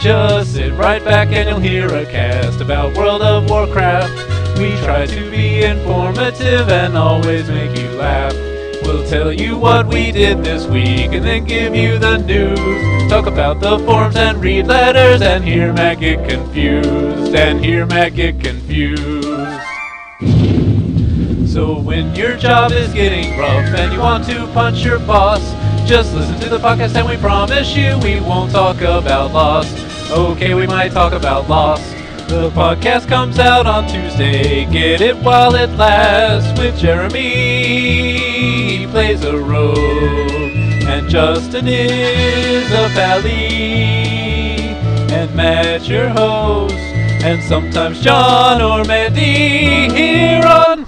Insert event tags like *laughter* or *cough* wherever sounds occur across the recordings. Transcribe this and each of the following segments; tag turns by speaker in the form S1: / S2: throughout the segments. S1: Just sit right back and you'll hear a cast about World of Warcraft. We try to be informative and always make you laugh. We'll tell you what we did this week and then give you the news. Talk about the forms and read letters and hear Matt get confused. And hear Matt get confused. So when your job is getting rough and you want to punch your boss, just listen to the podcast and we promise you we won't talk about Lost. Okay, we might talk about Lost. The podcast comes out on Tuesday. Get it while it lasts with Jeremy. He plays a rogue and Justin is a valley and Matt your host and sometimes John or Mandy here on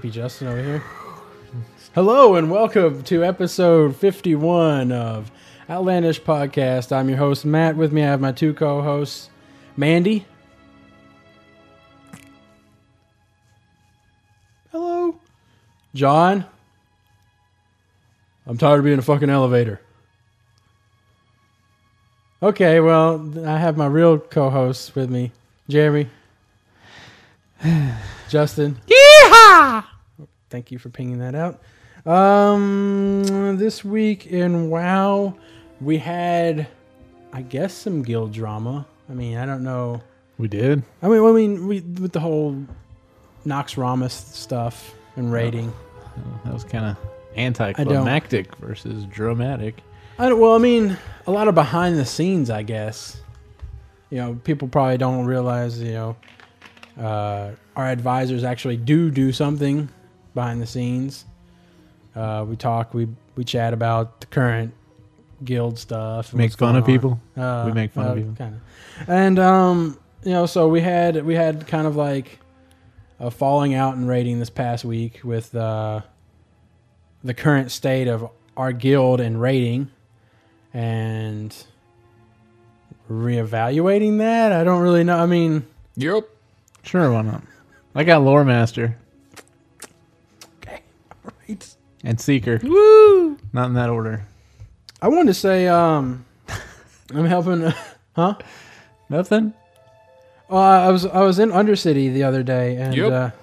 S2: Be Justin over here. Hello and welcome to episode 51 of Outlandish Podcast. I'm your host Matt. With me, I have my two co-hosts, Mandy. Hello, John. I'm tired of being a fucking elevator. Okay, well, I have my real co-hosts with me, Jeremy, *sighs* Justin. Thank you for pinging that out. Um, this week in WoW, we had, I guess, some guild drama. I mean, I don't know.
S3: We did.
S2: I mean, I mean, we, with the whole Nox Ramus stuff and raiding.
S3: That was kind of anticlimactic versus dramatic.
S2: I don't, well, I mean, a lot of behind the scenes, I guess. You know, people probably don't realize, you know, uh, our advisors actually do do something behind the scenes. Uh, we talk, we we chat about the current guild stuff. and
S3: Make
S2: what's going
S3: fun of
S2: on.
S3: people.
S2: Uh,
S3: we make fun of people.
S2: Kind of. And um, you know, so we had we had kind of like a falling out and rating this past week with uh, the current state of our guild and rating, and reevaluating that. I don't really know. I mean,
S3: Yep. Sure, why not? I got Lore Master
S2: it's,
S3: and Seeker. Woo! Not in that order.
S2: I wanted to
S3: *laughs*
S2: say um, I'm helping. huh?
S3: Nothing.
S2: Well, I was I was in Undercity the other day, and
S3: Yep.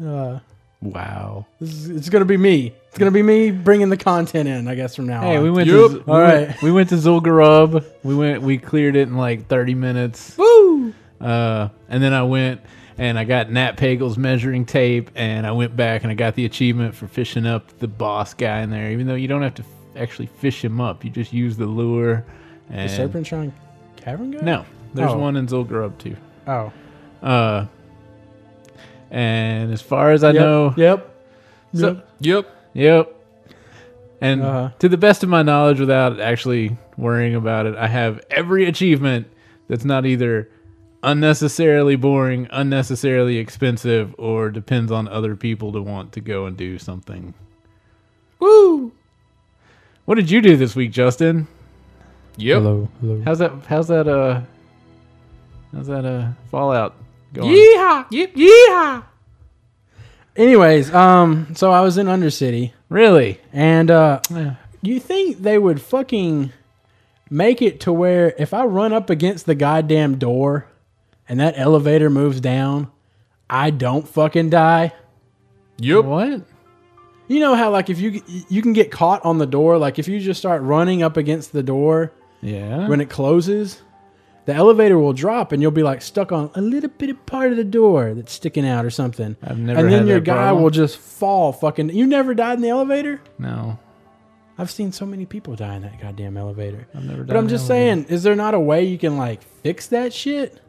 S2: uh, *laughs* uh,
S3: Wow.
S2: this is- it's gonna be me. It's gonna be me bringing the content in, I guess, from now
S3: Hey,
S2: on.
S3: we went.
S2: Yep.
S3: To, Z- we
S2: All
S3: went-
S2: right.
S3: we went to Zul'Garub. We went. We cleared it in like 30 minutes.
S2: Woo!
S3: Uh, and then I went and I got Nat Pagel's measuring tape, and I went back and I got the achievement for fishing up the boss guy in there. Even though you don't have to f- actually fish him up, you just use the lure. And
S2: The Serpent Shrine Cavern guy?
S3: No, there's
S2: Oh.
S3: one in Zul'Garub too.
S2: Oh,
S3: Uh, and as far as I
S2: Yep.
S3: know,
S2: Yep.
S3: so- yep, yep. And
S2: Uh-huh.
S3: to the best of my knowledge, without actually worrying about it, I have every achievement that's not either unnecessarily boring, unnecessarily expensive, or depends on other people to want to go and do something. Woo! What did you do this week, Justin? Yep.
S2: Hello. Hello.
S3: How's that? How's that? Uh, how's that? Uh, Fallout going?
S2: Yeehaw! Yep. Yeehaw! Anyways, um, so I was in Undercity,
S3: Really?
S2: and uh,
S3: Yeah.
S2: you think they would fucking make it to where if I run up against the goddamn door and that elevator moves down, I don't fucking die?
S3: Yep. What?
S2: You know how like if you you can get caught on the door, like if you just start running up against the door
S3: Yeah.
S2: when it closes, the elevator will drop and you'll be like stuck on a little bit of part of the door that's sticking out or something.
S3: I've never
S2: and then
S3: had
S2: your
S3: that
S2: guy
S3: problem.
S2: will just fall fucking. You never died in the elevator?
S3: no,
S2: I've seen so many people die in that goddamn elevator.
S3: I've never.
S2: But I'm just saying, is there not a way you can like fix that shit?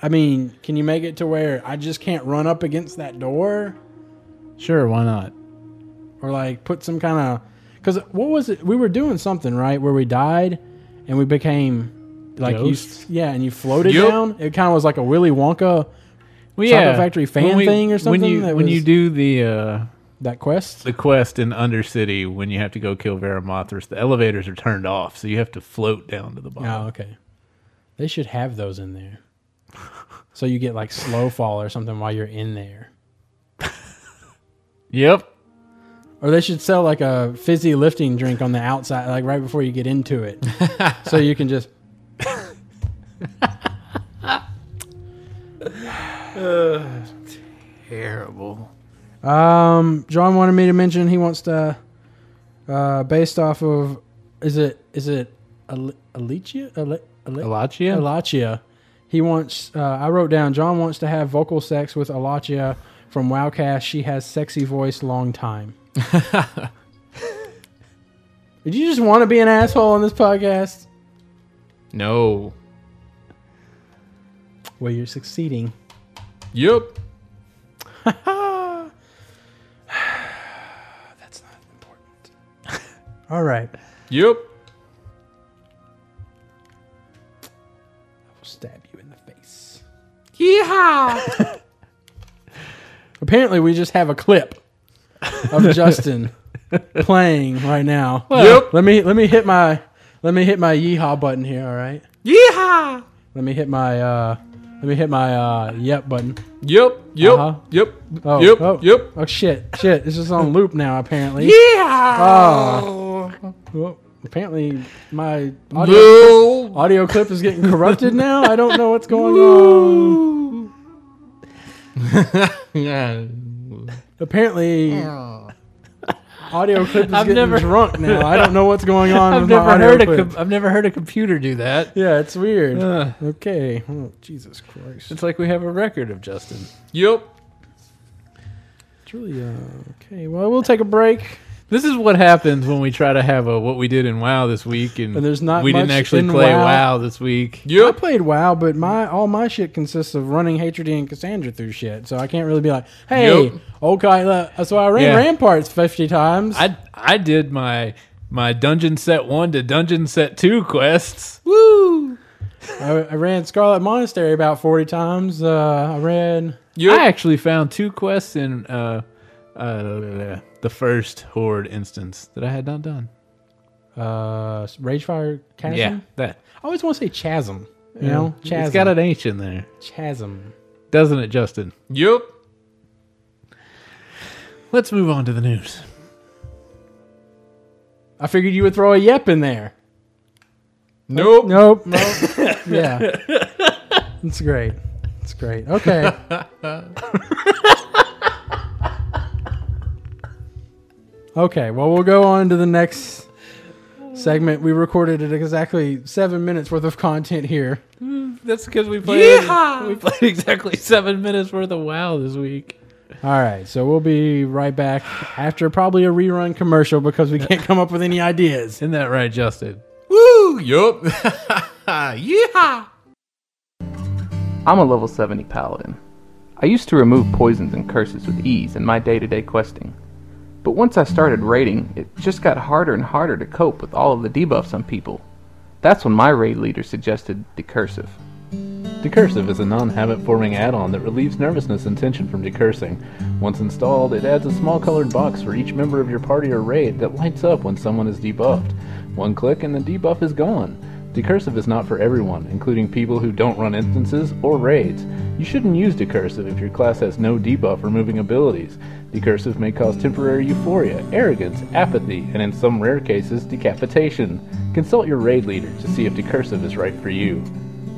S2: I mean, can you make it to where I just can't run up against that door
S3: Sure. Why not?
S2: or like put some kind of Because what was it? We were doing something right where we died, and we became like you,
S3: Ghosts?
S2: yeah, and you floated
S3: Yup.
S2: down. It kind of was like a Willy Wonka
S3: Well,
S2: Chocolate Factory fan
S3: When we-
S2: thing or
S3: When
S2: something
S3: you
S2: that
S3: when you
S2: was-
S3: do the uh,
S2: that quest.
S3: the quest in Undercity, when you have to go kill Vera Mothras, the elevators are turned off, so you have to float down to the bottom.
S2: Oh, okay. They should have those in there, so you get like slow fall or something while you're in there.
S3: Yep.
S2: Or they should sell like a fizzy lifting drink on the outside, like right before you get
S3: *laughs*
S2: into it, so you can just.
S3: Terrible.
S2: Um, John wanted me to mention he wants to, uh, based off of, is it is it Ale- Alicia Ale- Ale-
S3: Alachia?
S2: Alachia? He wants. Uh, I wrote down. John wants to have vocal sex with Alachia from Wowcast. She has sexy voice. Long *laughs* time. Did you just want to be an asshole on this podcast?
S3: no.
S2: Well, you're succeeding.
S3: Yep.
S2: That's not important. All right.
S3: Yep.
S2: I'll stab you in the face.
S3: Yeehaw. *laughs*
S2: Apparently, we just have a clip
S1: *laughs*
S2: of Justin playing right now.
S3: Yep.
S2: Let me let me hit my let me hit my yeehaw button here. All right.
S3: Yeehaw.
S2: Let me hit my uh let me hit my uh yep button.
S3: Yep. Yep.
S2: Uh-huh.
S3: Yep.
S2: Oh,
S3: yep.
S2: oh,
S3: Yep.
S2: Oh shit! Shit! This is on loop now. Apparently.
S1: Ah.
S3: Yeehaw.
S2: Well, apparently my audio,
S3: Boo. *laughs*
S2: audio clip is getting corrupted now. I don't know what's going on. Apparently. Audio clip is
S1: Oh. I've
S2: getting
S1: never-
S2: drunk now. I don't know what's going on
S1: *laughs* I've
S2: with
S1: never
S2: my audio
S1: heard a
S2: clip.
S1: com- I've never heard a computer do that.
S2: yeah, it's weird.
S3: Ugh.
S2: Okay. Oh, Jesus Christ.
S1: It's like we have a record of Justin.
S3: Yep.
S2: It's really uh, okay. Well, we'll take a break.
S3: This is what happens when we try to have a what we did in WoW this week, and,
S2: And there's not
S3: we didn't
S2: much
S3: actually
S2: in
S3: play
S2: WoW.
S3: WoW. this week.
S2: I
S3: Yep.
S2: played WoW, but my all my shit consists of running Hatred and Cassandra through shit, so I can't really be like, hey,
S3: Yup.
S2: okay. le- uh, So I ran
S3: Yeah.
S2: Ramparts fifty times.
S3: I I did my my dungeon set one to dungeon set two quests.
S1: Woo!
S2: I, I ran Scarlet Monastery about forty times. Uh, I ran.
S3: Yep. I actually found two quests in uh, uh, the first horde instance that I had not done.
S2: Uh, Ragefire Chasm.
S3: Yeah, that
S2: I always want to say Chasm. You know, Chasm.
S3: it's got an H in there,
S2: Chasm.
S3: doesn't it, Justin? Yep. Let's move on to the news.
S2: I figured you would throw a yep in there.
S3: Nope.
S2: Nope. nope. yeah. It's great. It's great. Okay. okay. Well, we'll go on to the next segment. We recorded it exactly seven minutes worth of content here.
S3: That's because we played we played *laughs* exactly seven minutes worth of WoW this week.
S2: All right. So we'll be right back after probably a rerun commercial because we can't come up with any ideas.
S3: Isn't that right, Justin? Woo! Yup. *laughs* Yeehaw!
S4: I'm a level 70 paladin. I used to remove poisons and curses with ease in my day to day questing. But once I started raiding, it just got harder and harder to cope with all of the debuffs on people. That's when my raid leader suggested Decursive.
S5: Decursive is a non-habit forming add-on that relieves nervousness and tension from decursing. Once installed, it adds a small colored box for each member of your party or raid that lights up when someone is debuffed. One click and the debuff is gone. Decursive is not for everyone, including people who don't run instances or raids. You shouldn't use Decursive if your class has no debuff removing abilities. Decursive may cause temporary euphoria, arrogance, apathy, and in some rare cases, decapitation. Consult your raid leader to see if Decursive is right for you.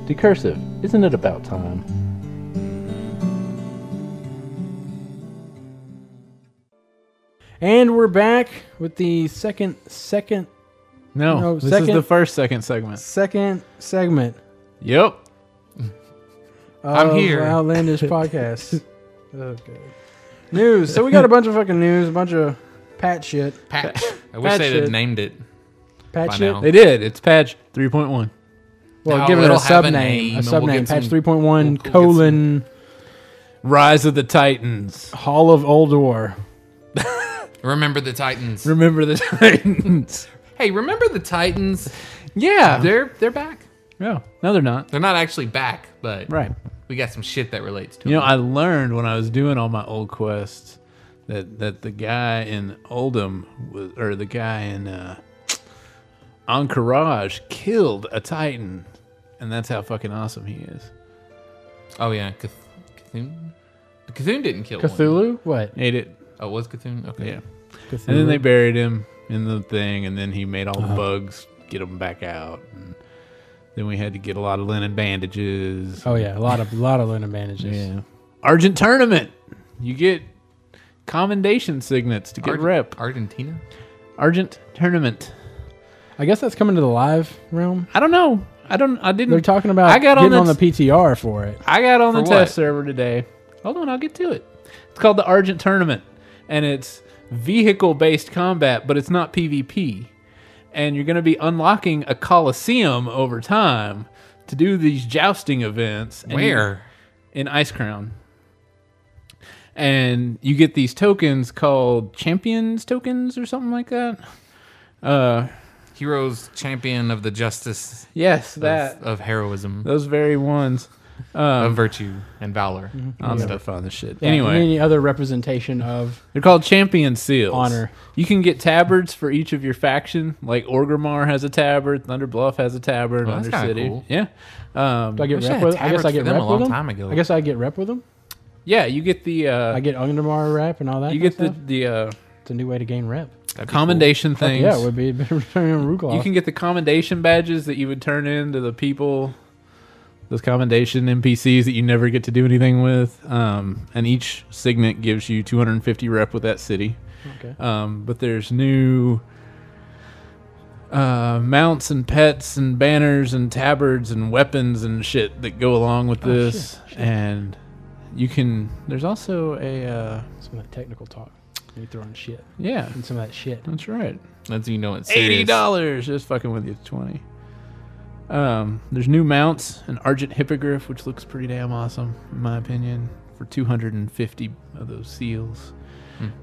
S5: Decursive, isn't it about time?
S2: And we're back with the second, second,
S3: No,
S2: No,
S3: this
S2: second-
S3: is the first second segment.
S2: second segment.
S3: Yep. I'm
S2: of
S3: here.
S6: *laughs*
S2: Outlandish podcast. okay. News. So we got a bunch of fucking news, a bunch of pat shit.
S6: Patch. *laughs* I wish
S2: Patch
S6: they'd have
S2: it.
S6: named it.
S2: Pat
S6: By
S2: shit.
S6: now.
S3: They did. It's patch 3.1.
S2: Well,
S6: No,
S2: give it a
S6: it'll have
S2: sub
S6: a
S2: name.
S6: name,
S2: A
S6: and
S2: sub
S6: we'll
S2: name.
S6: get
S2: Patch
S6: some-
S2: 3.1
S6: we'll- we'll
S2: colon
S3: Rise of the Titans.
S2: Hall of Oldor.
S6: Remember the Titans.
S3: Remember the *laughs* Titans.
S6: Hey, remember
S3: *laughs*
S6: the Titans?
S3: yeah.
S6: They're they're back.
S3: no, no, they're not.
S6: They're not actually back, but
S3: Right.
S6: we got some shit that relates to
S3: You know,
S6: them.
S3: I learned when I was doing all my old quests that that the guy in Oldham was, or the guy in uh, Encourage killed a Titan, and that's how fucking awesome he is.
S6: oh yeah, Cth- Cthulhu. Cthulhu didn't kill one.
S2: Cthulhu? What?
S3: Ate it.
S6: Oh, it was Cthulhu? Okay.
S3: Yeah. And
S2: Mm-hmm.
S3: then they buried him in the thing, and then he made all the
S2: Uh-huh.
S3: bugs get him back out. And then we had to get a lot of linen bandages.
S2: Oh yeah, a lot of lot of linen bandages.
S3: Yeah. Argent tournament. You get commendation signets to get
S6: Ar-
S3: rep.
S6: Argentina.
S3: Argent tournament.
S2: I guess that's coming to the live realm.
S3: I don't know. I don't. I
S6: Hmm.
S3: didn't.
S2: They're talking about
S3: I got on
S2: getting
S3: the
S2: on the PTR for it.
S3: I got on the
S6: For what?
S3: test server today. Hold on, I'll get to it. It's called the Argent Tournament, and it's vehicle based combat, but it's not PvP. And you're going to be unlocking a coliseum over time to do these jousting events. And you-
S6: Where?
S3: in Ice Crown. And you get these tokens called champions tokens or something like that. Uh,
S6: Heroes, champion of the justice
S3: yes,
S6: of,
S3: that Um,
S6: of heroism,
S3: those very ones.
S6: of virtue and valor.
S3: I'll never find this shit.
S2: Yeah,
S3: anyway,
S2: any other representation of
S3: They're called champion seals.
S2: Honor.
S3: You can get tabards for each of your faction. Like Orgrimmar has a tabard, Thunderbluff has a tabard,
S6: Well, that's kinda
S3: Undercity.
S6: cool.
S3: Yeah. Um,
S2: do I get
S6: Wish I
S2: rep
S6: had
S2: with? I guess I
S6: tabards for
S2: get
S6: them
S2: rep
S6: a
S2: with
S6: long
S2: them.
S6: time ago.
S2: I guess I get rep with them.
S3: yeah, you get the uh,
S2: I get Undermar rep and all that.
S3: you get
S2: kind of
S3: the
S2: stuff.
S3: the uh,
S2: It's a new way to gain rep.
S3: commendation things.
S2: Yeah, it would be *laughs* better returning
S3: you can get the commendation badges that you would turn in to the people. Those commendation NPCs that you never get to do anything with, um, and each signet gives you 250 rep with that city.
S2: Okay.
S3: Um, but there's new uh, mounts and pets and banners and tabards and weapons and shit that go along
S2: Oh,
S3: with this. And you can. There's also a. Uh,
S2: Some of that technical talk. You throwing shit
S3: yeah,
S2: and some of that shit.
S3: that's right.
S6: That's you know it's
S3: Eighty
S6: serious.
S3: dollars. Just fucking with you. It's Twenty. Um, there's new mounts, an Argent Hippogriff, which looks pretty damn awesome, in my opinion, for 250 of those seals.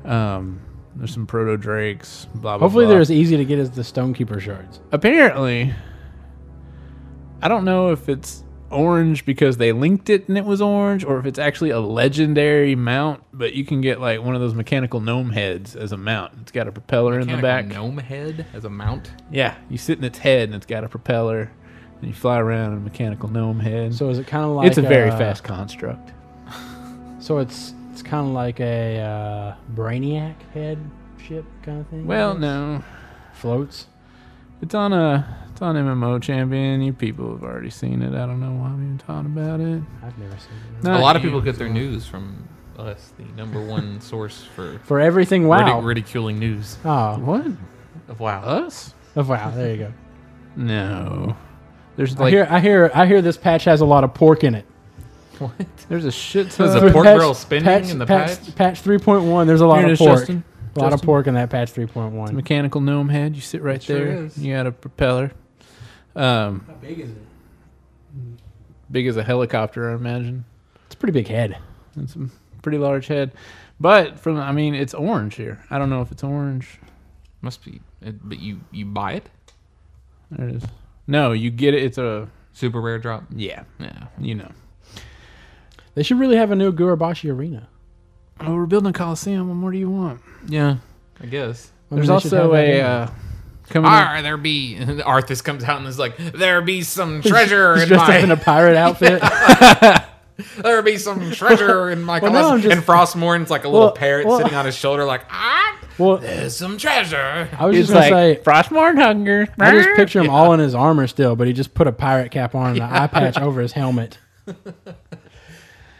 S3: Um, there's some Proto Drakes, blah, blah,
S2: Hopefully,
S3: blah.
S2: they're as easy to get as the Stonekeeper shards.
S3: apparently i don't know if it's orange because they linked it and it was orange or if it's actually a legendary mount but you can get like one of those mechanical gnome heads as a mount it's got a propeller in the back
S6: Mechanical Gnome head as a mount.
S3: yeah you sit in its head and it's got a propeller and you fly around in a mechanical gnome head
S2: So is it kind of like
S3: it's a very
S2: uh,
S3: fast construct
S2: So it's it's kind of like a uh, Brainiac head ship kind of thing. I
S3: well
S2: guess?
S3: no
S2: floats.
S3: it's on a it's on mmo champion you people have already seen it i don't know why i'm even talking about it
S2: I've never seen it.
S6: A
S3: Not
S6: lot of people
S3: you.
S6: get their news from us, the
S3: *laughs*
S6: number one source for
S2: For everything, wow.
S6: ridic- ridiculing news
S2: oh,
S3: what
S6: of wow.
S3: us
S6: *laughs*
S2: oh, wow. There you go.
S3: No. There's
S2: I
S3: like
S2: hear, I hear, I hear. This patch has a lot of pork in it.
S3: there's a shit
S6: Is
S3: ton
S6: the
S3: of
S2: *laughs*
S6: it pork
S2: Patch-
S6: barrel spinning
S2: patch,
S6: in the
S2: patch? three point one. There's a lot
S3: Here it
S2: of
S3: is,
S2: pork.
S3: Justin.
S2: A lot of
S3: Justin.
S2: pork in that patch three point one.
S3: mechanical gnome head. You sit right
S6: Sure
S3: there.
S6: is.
S3: You got a propeller. Um,
S2: How big is it?
S3: big as a helicopter, I imagine.
S2: It's a pretty big head.
S3: It's a pretty large head. But from I mean, it's orange here. I don't know if it's orange.
S6: Must be, it- but you you buy it?
S3: There it is. No, you get it. It's a
S6: Super rare drop.
S3: yeah.
S6: Yeah.
S3: You know.
S2: They should really have a new Gurabashi arena.
S3: Oh, we're building a coliseum. What more do you want?
S6: Yeah. I guess.
S2: I mean,
S3: There's
S2: Oh, they should have
S3: also
S2: that
S3: a
S2: *laughs* in.
S3: uh, coming. up-
S6: Are there be *laughs* Arthas comes out and is like, there be
S3: *laughs*
S6: some treasure
S2: He's
S6: in
S2: dressed
S6: my
S2: up in a pirate outfit.
S6: *laughs* there be some treasure in my
S2: Well,
S6: closet.
S2: no, I'm just-
S6: and Frostmourne's like a little
S2: Well,
S6: parrot
S2: well-
S6: sitting on his shoulder, like, ah,
S2: Well,
S6: there's some treasure.
S2: I was
S3: It's
S2: just gonna
S3: like
S2: say,
S3: Frostmourne hunger.
S2: I just picture him all in his armor still, but he just put a pirate cap on and an eye patch over his helmet.
S6: Uh,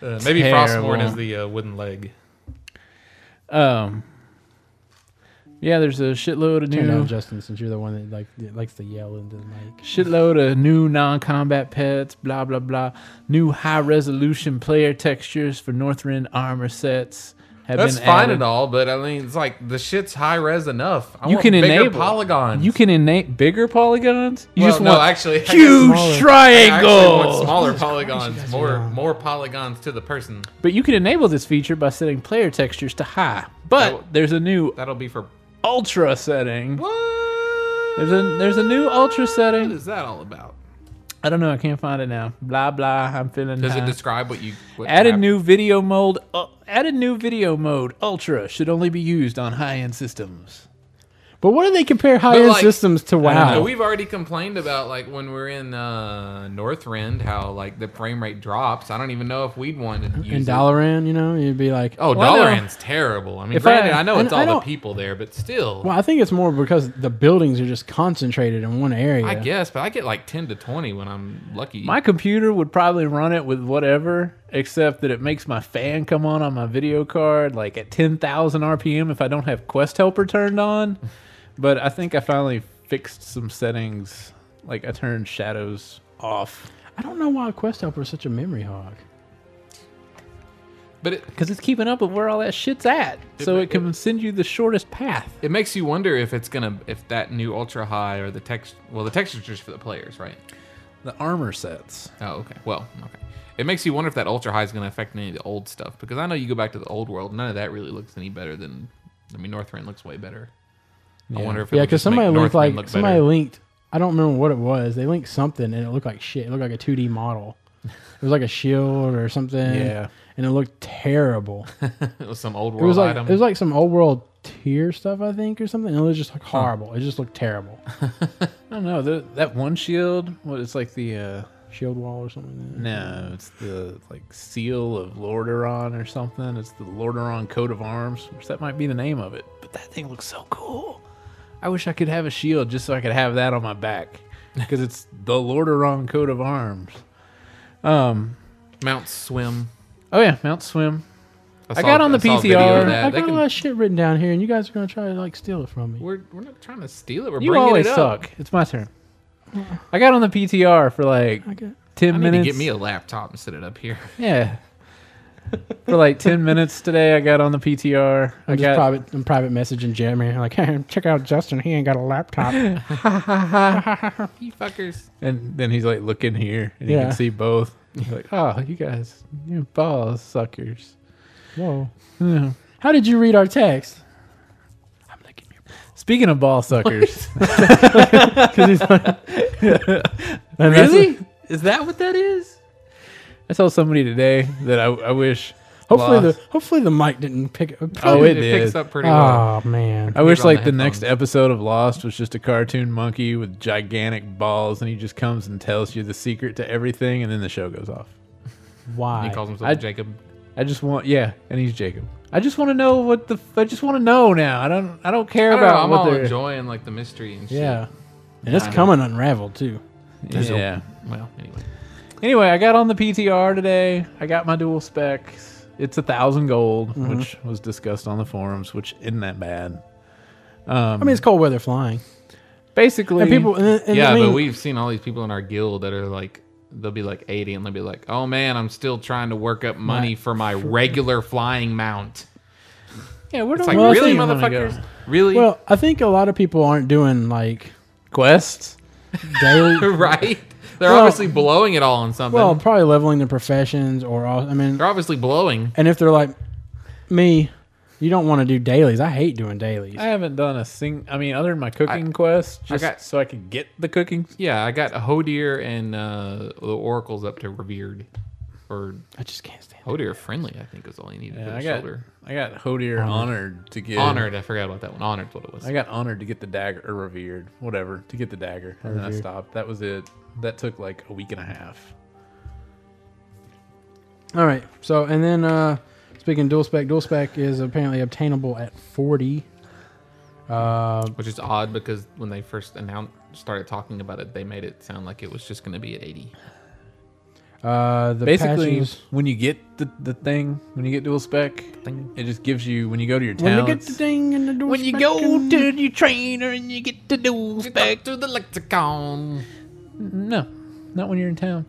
S6: *laughs* maybe
S3: Terrible.
S6: Frostmourne is the uh, wooden leg.
S3: Um. Yeah, there's a shitload of new
S2: Turn down, Justin, since you're the one that like that likes to yell into the mic.
S3: shitload of new non-combat pets, blah blah blah. New high-resolution player textures for Northrend armor sets have
S6: That's
S3: been
S6: fine
S3: added.
S6: and all, but I mean, it's like the shit's high res enough. I
S3: You
S6: want
S3: can
S6: bigger
S3: enable
S6: polygons.
S3: You can innate bigger polygons. You
S6: Well,
S3: just
S6: no,
S3: want
S6: actually, I guess
S3: huge
S2: smaller.
S6: I actually want
S3: triangles.
S6: smaller polygons, more more polygons to the person.
S3: But you can enable this feature by setting player textures to high. But there's a new
S6: That'll be for
S3: ultra setting.
S6: what?
S3: There's a there's a new ultra
S6: What
S3: setting.
S6: is that all about?
S3: I don't know. I can't find it now. Blah blah. I'm feeling.
S6: Does it
S3: high.
S6: describe what you what
S3: Added
S6: happened?
S3: new video mode. Uh, added new video mode. Ultra should only be used on high-end systems.
S2: But what do they compare high end
S6: like,
S2: systems to?
S3: don't
S2: Wow.
S6: So we've already complained about like when we're in uh, Northrend how like the frame rate drops. I don't even know if we'd want to use
S2: In
S6: it.
S2: Dalaran, you know, you'd be like,
S6: Oh,
S3: Well, I know-
S6: Dalaran's terrible. I mean,
S2: If I-
S6: granted, I, know
S2: I-
S6: it's
S2: I
S6: all the
S2: don't-
S6: people there, but still,
S2: Well, I think it's more because the buildings are just concentrated in one area.
S6: I guess. But I get like ten to twenty when I'm lucky.
S3: My computer would probably run it with whatever, except that it makes my fan come on on my video card like at 10,000 RPM if I don't have Quest Helper turned *laughs* on. But I think I finally fixed some settings. Like I turned shadows off
S2: I don't know why Quest Helper is such a memory hog.
S6: but it,
S3: because it's keeping up with where all that shit's at. So it can send you the shortest path.
S6: it makes you wonder if it's gonna if that new ultra high or the text well the textures just for the players, right?
S3: The armor sets.
S6: Oh, okay. Well, okay. It makes you wonder if that ultra high is going to affect any of the old stuff because I know you go back to the old world, none of that really looks any better than. I mean, Northrend looks way better. I wonder if
S2: Yeah,
S6: it'll
S2: because
S6: just make
S2: somebody linked
S6: Northrend
S2: like
S6: look
S2: somebody
S6: better.
S2: linked. I don't remember what it was. They linked something and it looked like shit. It looked like a 2D model. It was like a shield or something.
S3: Yeah.
S2: and it looked
S6: *laughs*
S2: terrible.
S6: it was some old
S2: It was
S6: world
S2: like
S6: item.
S2: it was like some old world tier stuff, I think, or something. And it was just like horrible. It just looked terrible.
S3: I don't know. The, that one shield, what it's like the. uh
S2: shield wall or something.
S3: No,
S6: Mm-hmm.
S3: it's the like seal of Lordaeron or something. It's the Lordaeron coat of arms, which that might be the name of it. But that thing looks so cool. I wish I could have a shield just so I could have that on my back because
S6: *laughs*
S3: it's the Lordaeron coat of arms. Um.
S6: Mount Swim.
S3: Oh yeah, Mount Swim.
S6: I,
S3: got on the
S6: saw a video
S3: PTR.
S6: of
S2: I
S6: that. They
S2: got
S6: can-
S2: a lot of shit written down here, and you guys are gonna try to like steal it from me.
S6: we're, we're not trying to steal it. We're
S3: You
S6: bringing
S3: always
S6: it up.
S3: suck. It's my turn. I got on the PTR for like
S2: I got-
S3: ten
S6: I need
S3: minutes.
S6: to get me a laptop and set it up here. *laughs*
S3: yeah. for like ten minutes today, I got on the PTR. I
S2: I'm just
S3: got
S2: private. I'm private messaging Jeremy. Like, *laughs* hey, check out Justin. He ain't got a
S6: *laughs*
S2: laptop.
S6: you fuckers.
S3: And then he's like, look in here, and you
S2: Yeah.
S3: can see
S2: *laughs*
S3: both. He's like, oh, you guys, you balls, suckers.
S2: Whoa.
S3: Yeah.
S2: How did you read our text? I'm looking your
S3: Speaking of ball
S2: *laughs*
S3: suckers,
S2: because he's like, And that's-
S3: is that what *laughs* that is? I saw somebody today that I, I wish.
S2: hopefully
S3: lost-
S2: the hopefully the mic didn't pick. up.
S3: Oh, it, did.
S6: picks up pretty well.
S2: Oh man.
S3: I wish
S6: on the
S3: like the next
S6: headphones.
S3: episode of Lost was just a cartoon monkey with gigantic balls, and he just comes and tells you the secret to everything, and then the show goes off.
S2: Why?
S6: He calls himself
S3: Ah, I-
S6: Jacob.
S3: I just want, yeah, and he's Jacob. I just want to know what the. f- I just want to know now. I don't. I don't care
S6: I don't know,
S3: about
S6: I'm
S3: what
S6: all
S3: they're.
S6: enjoying like the mystery and shit.
S2: yeah. And it's coming unraveled too.
S3: yeah.
S6: Well, anyway.
S3: Anyway, I got on the PTR today. I got my dual specs. It's a thousand gold,
S6: Mm-hmm.
S3: which was discussed on the forums, which isn't that bad.
S2: I mean, it's cold weather flying.
S3: Basically,
S2: And people. And, and
S6: yeah,
S2: I mean,
S6: but we've seen all these people in our guild that are like, they'll be like 80 and they'll be like, oh man, I'm still trying to work up money for my regular flying mount.
S3: yeah, we're not
S6: It's like,
S2: Well, I
S6: really,
S2: think-
S6: motherfuckers? Really?
S2: Well, I think a lot of people aren't doing like
S3: quests.
S6: *laughs*
S2: daily.
S6: *laughs* right? They're
S2: Well-
S6: obviously blowing it all on something.
S2: well, probably leveling their professions or all. I mean,
S6: They're obviously blowing.
S2: and if they're like me, you don't want to do dailies. I hate doing dailies.
S3: I haven't done a sing. I mean, other than my cooking quest, just
S6: got-
S3: so I could get the cooking.
S6: Yeah, I got Hodir and uh, the Oracle's up to Revered. Or
S2: I just can't stand.
S6: Hodir Friendly, I think, is all you needed for
S3: Yeah,
S6: the
S3: I got.
S6: shoulder.
S3: I got honored, honored to get
S6: Honored, I forgot about that one. Honored's what it was.
S3: I got honored to get the dagger or revered, whatever, to get the dagger, and then I
S2: Revered.
S3: stopped. That was it. That took like a week and a half.
S2: All right. So, and then uh, speaking of dual spec, dual spec is apparently obtainable at 40. Uh,
S6: which is odd because when they first announced, started talking about it, they made it sound like it was just going to be at 80.
S2: uh, the
S3: basically
S2: patches-
S3: when you get the, the thing when you get dual spec
S6: Thing.
S3: it just gives you when you go to your
S2: when
S3: town
S2: you get the thing and the dual spec and-
S3: your trainer and you get the dual
S6: Back to the lexicon.
S3: no not when you're in town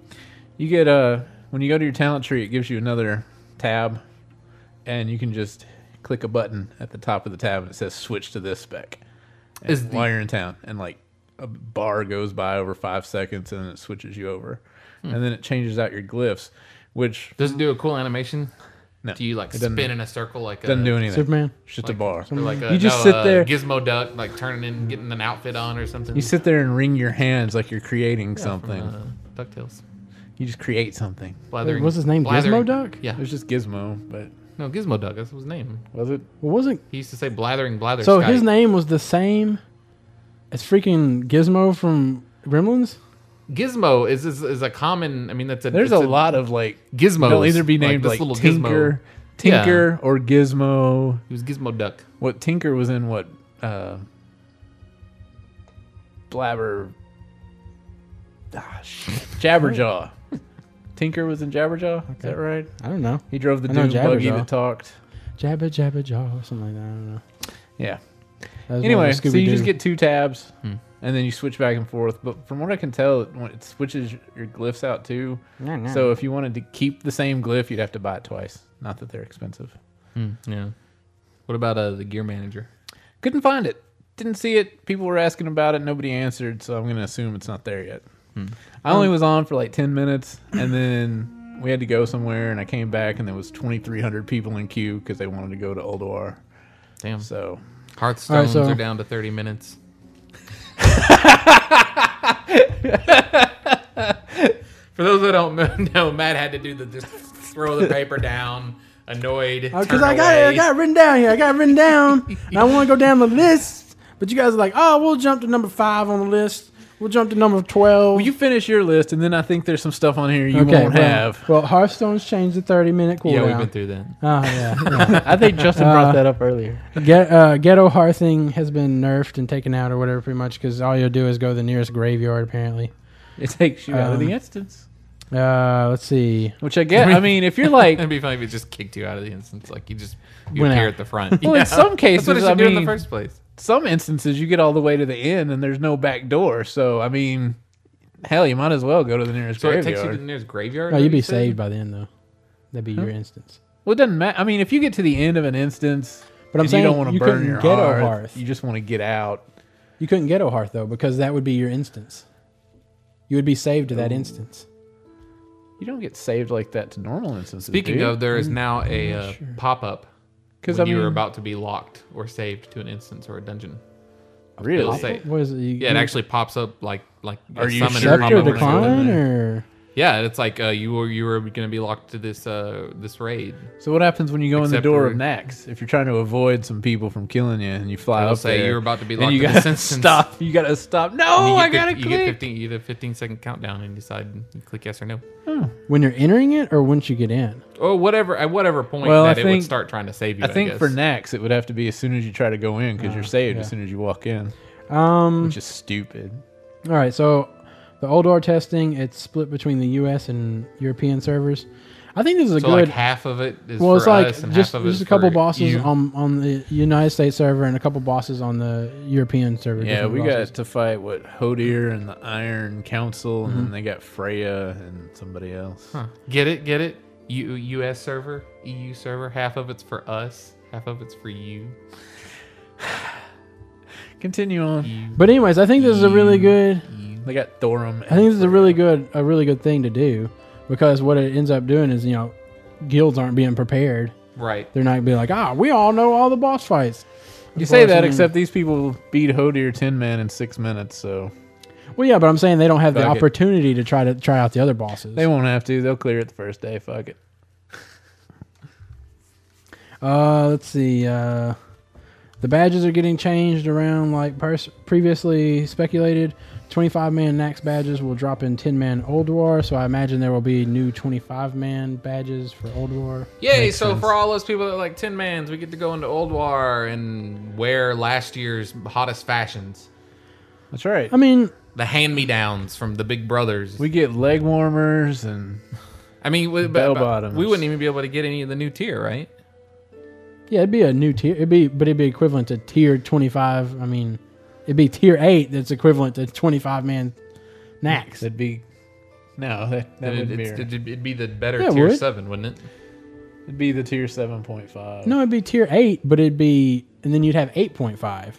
S3: you get uh when you go to your talent tree it gives you another tab and you can just click a button at the top of the tab and it says switch to this spec And
S6: Is the-
S3: while you're in town and like a bar goes by over five seconds and then it Hmm. switches you over and then it changes out your glyphs which
S6: Does it do a cool animation?
S3: No.
S6: Do you like
S3: It doesn't-
S6: spin in a circle like a,
S3: doesn't do anything.
S2: Superman.
S3: It's just a bar.
S6: or like a,
S3: You just
S6: no,
S3: sit
S6: a
S3: there-
S6: Gizmo duck, like turning in, getting an outfit on or something.
S3: You sit there and wring your hands like you're creating
S6: Yeah, from,
S3: something.
S6: uh, Ducktales.
S3: You just create something.
S6: Blathering,
S2: what's his name? Gizmo
S6: Blathering-
S2: Duck?
S6: Yeah.
S3: It was just Gizmo, but
S6: No, Gizmo Duck. That's his name.
S3: was it?
S2: Well, wasn't
S6: He used to say blathering, blather.
S2: so
S6: Skype.
S2: his name was the same as freaking Gizmo from Gremlins.
S6: Gizmo is, is is a common. I mean, that's a.
S3: There's
S6: it's
S3: a, lot of like
S6: Gizmos.
S3: They'll either be
S6: Like
S3: named
S6: this
S3: like,
S6: little
S3: Tinker,
S6: Gizmo. Yeah.
S3: Tinker, or Gizmo.
S6: He was Gizmo Duck.
S3: What Tinker was in what? Uh, Blabber. Ah,
S6: *laughs*
S3: shit. Jabberjaw. Tinker was in Jabberjaw. Is that right?
S2: I don't know.
S3: He drove the
S2: I know
S3: doom buggy
S2: Jabberjaw.
S3: that talked.
S2: Jabba Jabba Jaw or something like that. I don't know.
S3: Yeah.
S2: That was more
S3: Anyway,
S2: of a
S3: so you
S2: Scooby-Doo. Hmm.
S3: just get two tabs, and then you switch back and forth. But from what I can tell, it when it switches your glyphs out too.
S2: Nah, nah.
S3: So if you wanted to keep the same glyph, you'd have to buy it twice. Not that they're expensive.
S6: Hmm, Yeah. What about uh, the gear manager?
S3: Couldn't find it. Didn't see it. People were asking about it. Nobody answered, so I'm going to assume it's not there yet.
S2: Hmm.
S3: I only
S2: Um,
S3: was on for like 10 minutes, and then we had to go somewhere, and I came back, and there was 2,300 people in queue because they wanted to go to Oldoar.
S6: Damn.
S3: So
S6: Hearthstones
S2: so-
S6: are down to 30 minutes. *laughs* For those that don't kn- know, *laughs* Matt had to do the just throw the paper down, annoyed.
S2: because
S6: turn
S2: Uh, Oh, I got it, I
S6: away.
S2: got it written down here. I got it written down, and I want to go down the list. But you guys are like, oh, we'll jump to number five on the list. We'll jump to number twelve.
S3: you finish your list, and then I think there's some stuff on here you
S2: okay,
S3: won't
S2: well,
S3: have.
S2: Well, Hearthstone's changed the thirty-minute cooldown.
S6: Yeah, we've been through that.
S2: Oh yeah. yeah.
S4: I think Justin
S2: Uh,
S4: brought that up earlier.
S2: Get, uh, ghetto hearthing has been nerfed and taken out or whatever, pretty much, because all you'll do is go to the nearest graveyard. Apparently.
S3: It takes you out of
S2: Um,
S3: the instance.
S2: Uh, let's see.
S3: Which I get. I mean, if you're like,
S6: It'd be funny if it just kicked you out of the instance. Like you just you
S2: Went
S6: appear
S2: out.
S6: at the front.
S3: Well, in some
S6: That's what it
S3: cases,
S6: should
S3: I
S6: do in the
S3: mean-
S6: first place.
S3: some instances, you get all the way to the end, and there's no back door. So I mean, hell, you might as well go to the nearest
S6: So
S3: graveyard.
S6: it takes you to the nearest graveyard.
S2: No,
S6: is
S2: Oh, you'd
S6: what
S2: be
S6: you said?
S2: saved by the end though. That'd be your instance.
S3: Well, it doesn't matter. I mean, if you get to the end of an instance,
S2: But I'm
S3: and you don't
S2: saying
S3: want to
S2: you
S3: burn
S2: couldn't
S3: your
S2: get a
S3: hearth,
S2: hearth.
S3: You just want to get out.
S2: You couldn't ghetto hearth though, because that would be your instance. You would be saved to that
S6: Oh.
S2: instance.
S3: You don't get saved like that to normal instances.
S6: Speaking of, there
S2: Mm-hmm.
S6: is now a uh, pop up
S3: because
S6: because
S3: I
S6: you
S3: mean,
S6: were about to be locked or saved to an instance or a dungeon. It'll
S3: really.
S6: say-
S2: What is it? You,
S6: yeah, it actually pops up like like
S3: Are
S6: a
S3: you
S6: summoner
S3: sure?
S2: accept
S6: pop-up
S2: or
S6: or something.
S2: decline or
S6: Yeah, it's like uh, you were you were going to be locked to this uh, this raid.
S3: So what happens when you go in the
S6: Except
S3: door
S6: for-
S3: of Nax? If you're trying to avoid some people from killing you, and you fly
S6: It'll
S3: up
S6: say
S3: there,
S6: you're about to be
S3: and you *laughs*
S6: locked in
S3: gotta
S6: this instance.
S3: stop. You gotta stop.
S2: Oh,
S3: No, I
S6: And you get
S3: gotta
S6: fif- you get
S3: click.
S6: 15 you get a 15 second countdown and decide you click yes or no
S2: when you're entering it or once you get in?
S6: or whatever at whatever point
S3: Well, I
S6: that it would
S3: think-
S6: start trying to save you.
S3: I
S6: I,
S3: think
S6: guess.
S3: for Nax, it would have to be as soon as you try to go in because you're saved as
S2: yeah.
S3: soon as you walk in,
S2: Um.
S3: which is stupid.
S2: All right. So the old door testing, it's split between the U.S. and European servers. I think this is a
S6: so
S2: good.
S6: like half of it is
S2: well,
S6: for
S2: it's like
S6: us and
S2: just,
S6: half of it
S2: just
S6: is
S2: a couple
S6: for
S2: bosses
S6: you.
S2: on on the United States server and a couple bosses on the European server.
S3: Yeah,
S2: different
S3: we
S2: bosses.
S3: got to fight what Hodir and the Iron Council, and then they got Freya and somebody else.
S6: Huh. Get it? Get it? U- U.S. server, EU server. Half of it's for us, half of it's for you.
S3: Continue on.
S2: But anyways, I think this is a
S6: E
S2: really good.
S3: They got Thorum.
S2: I think this is a really good a really good thing to do because what it ends up doing is you know guilds aren't being prepared.
S6: Right.
S2: They're not being like ah we all know all the boss fights.
S3: you say that,
S2: Unfortunately-
S3: except these people beat Hodir ten man in six minutes, so
S2: Well, yeah, but I'm saying they don't have the
S3: Fuck it.
S2: opportunity to try to try out the other bosses.
S3: they won't have to. They'll clear it the first day. Fuck it.
S2: Uh, let's see. Uh, the badges are getting changed around like pers- previously speculated. 25 man Nax badges will drop in 10 man Old War, so I imagine there will be new 25 man badges for Old War.
S6: Yay! So for all those people that are like Tin Mans, we get to go into Old War and wear last year's hottest fashions,
S3: That's right.
S2: I mean,
S6: the hand me downs from the Big Brothers.
S3: we get leg warmers and
S6: I mean, we,
S3: Bell
S6: but, but
S3: bottoms.
S6: we wouldn't even be able to get any of the new tier, right?
S2: yeah, it'd be a new tier. It'd be, but it'd be equivalent to tier 25. I mean, it'd be tier 8 that's equivalent to 25 man Nax.
S3: that'd be no, that, that
S6: It,
S3: would be
S6: it's- it'd, it'd be the better
S2: Yeah, it
S6: tier
S2: would.
S6: seven, wouldn't it?
S3: it'd be the tier seven point five.
S2: No, it'd be tier 8, but it'd be, and then you'd have 8.5.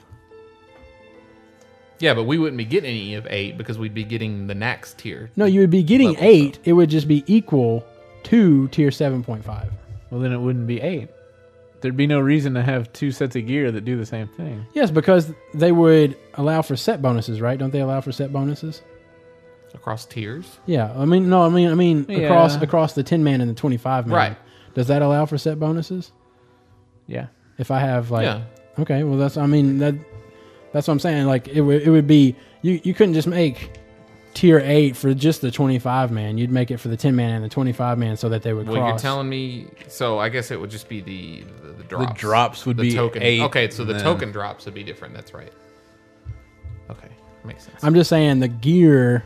S6: Yeah, but we wouldn't be getting any of eight because we'd be getting the next tier.
S2: No, you would be getting
S6: Levels,
S2: eight. It would just be equal to tier seven point five.
S3: Well, then it wouldn't be eight. There'd be no reason to have two sets of gear that do the same thing.
S2: Yes, because they would allow for set bonuses, right? Don't they allow for set bonuses?
S6: across tiers.
S2: Yeah, I mean, no, I mean, I mean, across
S3: Yeah.
S2: across the ten man and the twenty five man,
S6: Right.
S2: Does that allow for set bonuses?
S3: Yeah.
S2: If I have like,
S6: yeah.
S2: okay, well, that's I mean that that's what I'm saying. Like, it would it would be you you couldn't just make tier eight for just the twenty five man. You'd make it for the ten man and the twenty five man so that they would
S6: Well,
S2: cross.
S6: you're telling me. So I guess it would just be the the, the drops.
S5: drops would
S6: the
S5: be
S6: token.
S5: eight,
S6: okay, so the
S5: and then-
S6: token drops would be different. That's right. Okay, makes sense.
S2: I'm just saying the gear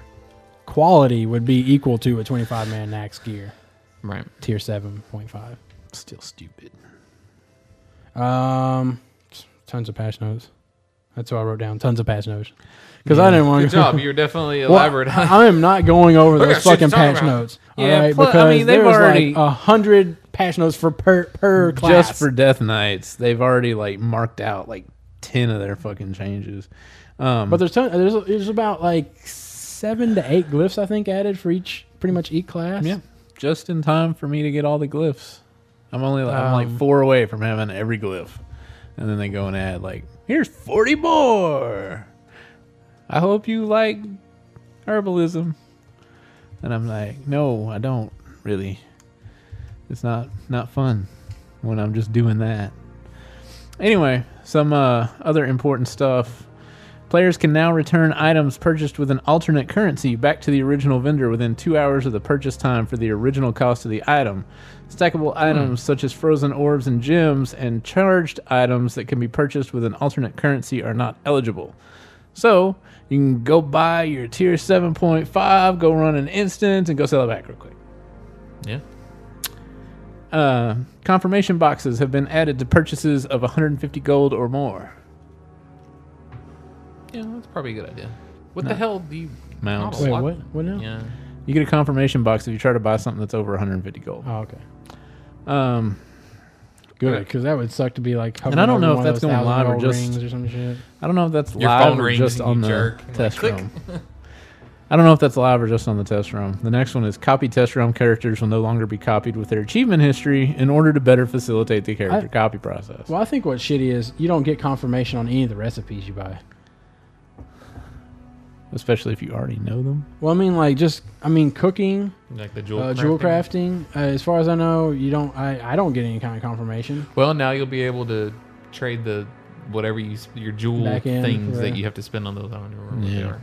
S2: quality would be equal to a twenty five man Nax gear
S6: right.
S2: tier seven point five.
S5: Still stupid.
S2: Um, tons of patch notes. That's what I wrote down. Tons of patch notes. Because I didn't want
S6: Good
S2: to. *laughs*
S6: job. You're definitely
S2: Well,
S6: elaborate. on
S2: I I am not going over
S6: We got
S2: those
S6: shit to
S2: fucking
S6: talk
S2: patch
S6: about.
S2: notes.
S3: Yeah,
S2: all right,
S3: pl- I
S2: because
S3: mean,
S2: there
S3: they've
S2: was
S3: already-
S2: like a hundred patch notes for per per class.
S3: Just for Death Knights, they've already like marked out like ten of their fucking changes. Um,
S2: but there's ton, there's there's about like seven to eight glyphs I think added for each pretty much each class.
S3: yeah, just in time for me to get all the glyphs. I'm only like, I'm like
S2: Um,
S3: four away from having every glyph, and then they go and add like here's forty more. I hope you like herbalism, and I'm like, no, I don't really. It's not not fun when I'm just doing that. Anyway, some uh, other important stuff. Players can now return items purchased with an alternate currency back to the original vendor within two hours of the purchase time for the original cost of the item. Stackable items such as frozen orbs and gems and charged items that can be purchased with an alternate currency are not eligible. So you can go buy your tier 7.5, go run an instance, and go sell it back real quick.
S6: Yeah.
S3: Uh, confirmation boxes have been added to purchases of 150 gold or more.
S6: Yeah, that's probably a good idea. What the hell do you?
S3: Mounts.
S2: Wait,
S6: Lock-
S2: what? What now?
S6: Yeah.
S3: You get a confirmation box if you try to buy something that's over 150 gold.
S2: Oh, okay.
S3: Um,
S2: Good, because that would suck to be like.
S3: I don't know if that's going
S2: going
S3: live or just-
S2: rings or some shit.
S3: I don't know if that's
S6: Your
S3: live
S6: phone
S3: or
S6: rings
S3: just
S6: and
S3: on
S6: you
S3: the
S6: jerk. Like,
S3: test
S6: click.
S3: room. I don't know if that's live or just on the test room. The next one is copy test room characters will no longer be copied with their achievement history in order to better facilitate the character
S2: I-
S3: copy process.
S2: Well, I think what's shitty is you don't get confirmation on any of the recipes you buy.
S3: Especially if you already know them.
S2: Well, I mean, like just I mean, cooking,
S6: Like the jewel.
S2: uh, jewel
S6: crafting.
S2: crafting. Uh, as far as I know, you don't. I, I don't get any kind of confirmation.
S6: Well, now you'll be able to trade the whatever you sp- your jewel
S2: Back in
S6: things
S2: for-
S6: that you have to spend on those. I don't remember what they
S3: Yeah.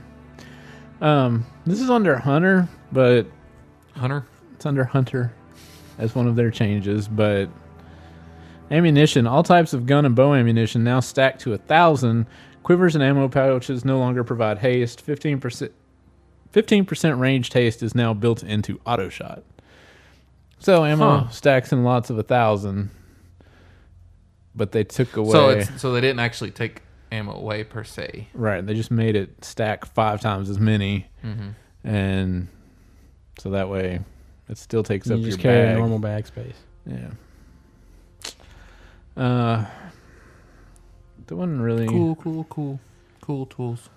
S6: are.
S3: Um, this is under Hunter, but
S6: Hunter.
S3: It's under Hunter as one of their changes, but ammunition, all types of gun and bow ammunition now stacked to a thousand. Quivers and ammo pouches no longer provide haste. Fifteen percent, fifteen percent ranged haste is now built into auto shot. So ammo
S6: Huh.
S3: stacks in lots of a thousand, but they took away.
S6: So it's so they didn't actually take ammo away per se.
S3: Right. They just made it stack five times as many, and so that way, it still takes up
S2: you
S3: your
S2: just carry
S3: bag.
S2: a normal bag space.
S3: Yeah. Uh, the one really
S6: cool, cool, cool tools.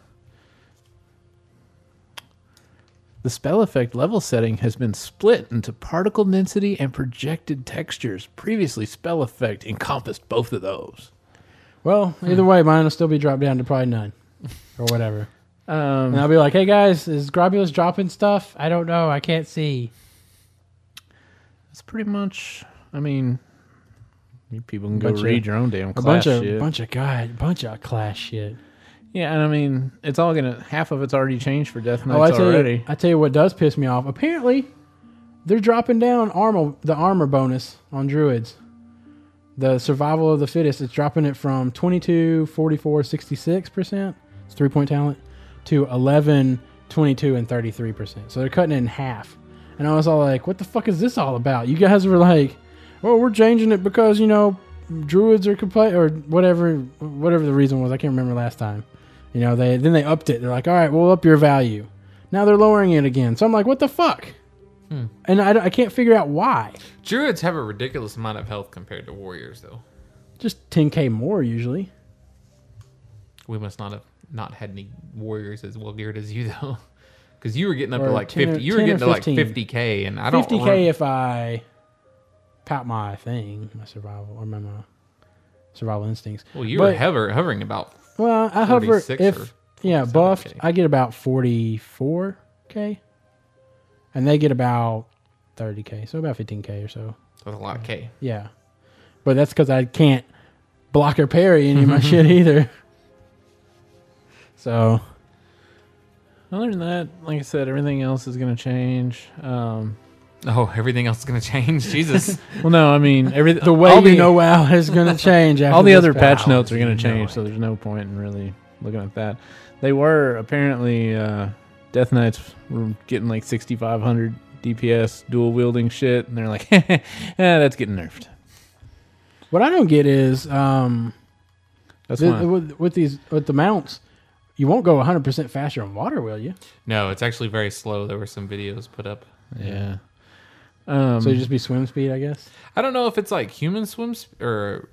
S3: the spell effect level setting has been split into particle density and projected textures. Previously, spell effect encompassed both of those.
S2: Well, either way, mine will still be dropped down to probably none or whatever. *laughs*
S3: Um,
S2: And I'll be like, hey guys, is Grobulus dropping stuff? I don't know. I can't see.
S3: that's pretty much. I mean, you people can go
S2: Bunch of-
S3: read your own damn
S2: A
S3: class
S2: bunch of
S3: shit.
S2: bunch of god, bunch of class shit.
S3: yeah, and I mean, it's all gonna. Half of it's already changed for Death
S2: oh, I
S3: Knights
S2: tell
S3: already.
S2: you, I tell you what does piss me off. Apparently, they're dropping down armor the armor bonus on druids. The survival of the fittest, it's dropping it from 22, 44, 66%, it's three point talent, to 11, 22, and 33%. So they're cutting it in half. And I was all like, what the fuck is this all about? You guys were like, well, we're changing it because, you know, druids are complaining, or whatever, whatever the reason was. I can't remember last time. You know, they then they upped it. They're like, all right, we'll up your value. Now they're lowering it again. So I'm like, what the fuck? And I, don't- I can't figure out why.
S6: Druids have a ridiculous amount of health compared to warriors, though.
S2: Just 10k more usually.
S6: We must not have not had any warriors as well geared as you *laughs* though, because you were getting up
S2: Or
S6: to like
S2: 10 or-
S6: fifty. You were
S2: 10 or
S6: getting to like
S2: 15.
S6: fifty k, and I don't.
S2: 50k
S6: remember-
S2: if I pout my thing, my survival or my, my survival instincts.
S6: Well, you were
S2: But-
S6: hover, hovering about.
S2: Well, I hover
S6: 46 or
S2: if yeah
S6: 47K.
S2: buffed, I get about forty four k, and they get about thirty k, so about fifteen k or so.
S6: That's a lot of K.
S2: Yeah, but that's because I can't block or parry any of *laughs* my shit either. So
S3: Other than that, like I said, everything else is gonna change. Um,
S6: Oh, everything else is gonna *laughs* change. Jesus.
S3: well, no, I mean every
S2: the way
S3: all
S2: you
S3: the,
S2: know WoW *laughs* is going to change. After
S3: all the
S2: this
S3: other patch
S2: battle.
S3: notes are gonna change, so there's no point in really looking at that. They were apparently uh, Death Knights were getting like 6,500 DPS dual wielding shit, and they're like, *laughs* eh, that's getting nerfed.
S2: What I don't get is um
S3: That's
S2: th-
S3: fine.
S2: with, with these with the mounts, you won't go 100 percent faster on water, will you?
S6: no, it's actually very slow. There were some videos put up.
S3: yeah. Um,
S2: So you just be swim speed, I guess.
S6: I don't know if it's like human swim sp- or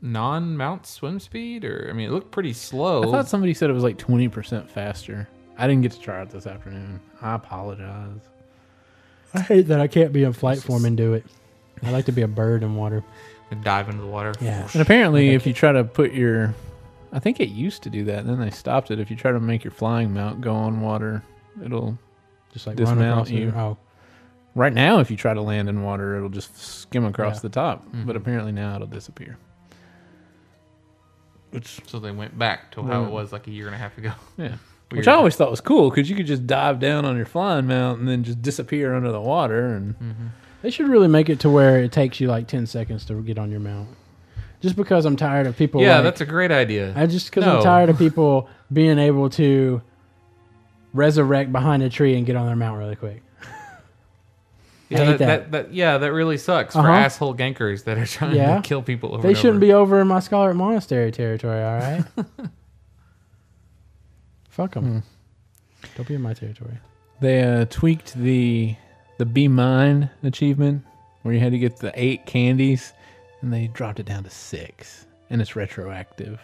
S6: non-mount swim speed, or I mean, it looked pretty slow.
S3: I thought somebody said it was like 20% faster. I didn't get to try it this afternoon. I apologize.
S2: I hate that I can't be in flight form and do it. I like to be a bird in water.
S6: Dive into the water.
S2: Yeah.
S3: And apparently, if you try to put your. I think it used to do that, and then they stopped it. If you try to make your flying mount go on water, it'll.
S2: Just like run
S3: Dismount
S2: across
S3: you.
S2: the- Oh,
S3: Right now, if you try to land in water, it'll just skim across
S2: Yeah.
S3: the top. But apparently now it'll disappear. Which,
S6: So they went back to how
S3: Yeah.
S6: it was like a year and a half ago.
S3: yeah.
S6: Weird.
S3: Which I always thought was cool because you could just dive down on your flying mount and then just disappear under the water. And
S2: they should really make it to where it takes you like 10 seconds to get on your mount. Just because I'm tired of people.
S6: yeah,
S2: like-
S6: that's a great idea.
S2: I just because
S6: No.
S2: I'm tired of people being able to resurrect behind a tree and get on their mount really quick.
S6: yeah,
S2: hate
S6: that,
S2: that.
S6: that. that- yeah, that really sucks for
S2: Uh-huh.
S6: asshole gankers that are trying
S2: Yeah.
S6: to kill people. Over
S2: They
S6: and
S2: shouldn't
S6: over.
S2: be over in my scholar monastery territory. All
S6: *laughs*
S2: right. Fuck
S3: Hmm.
S2: them. Don't be in my territory.
S3: They uh, tweaked the the Be Mine achievement where you had to get the eight candies, and they dropped it down to six, and it's retroactive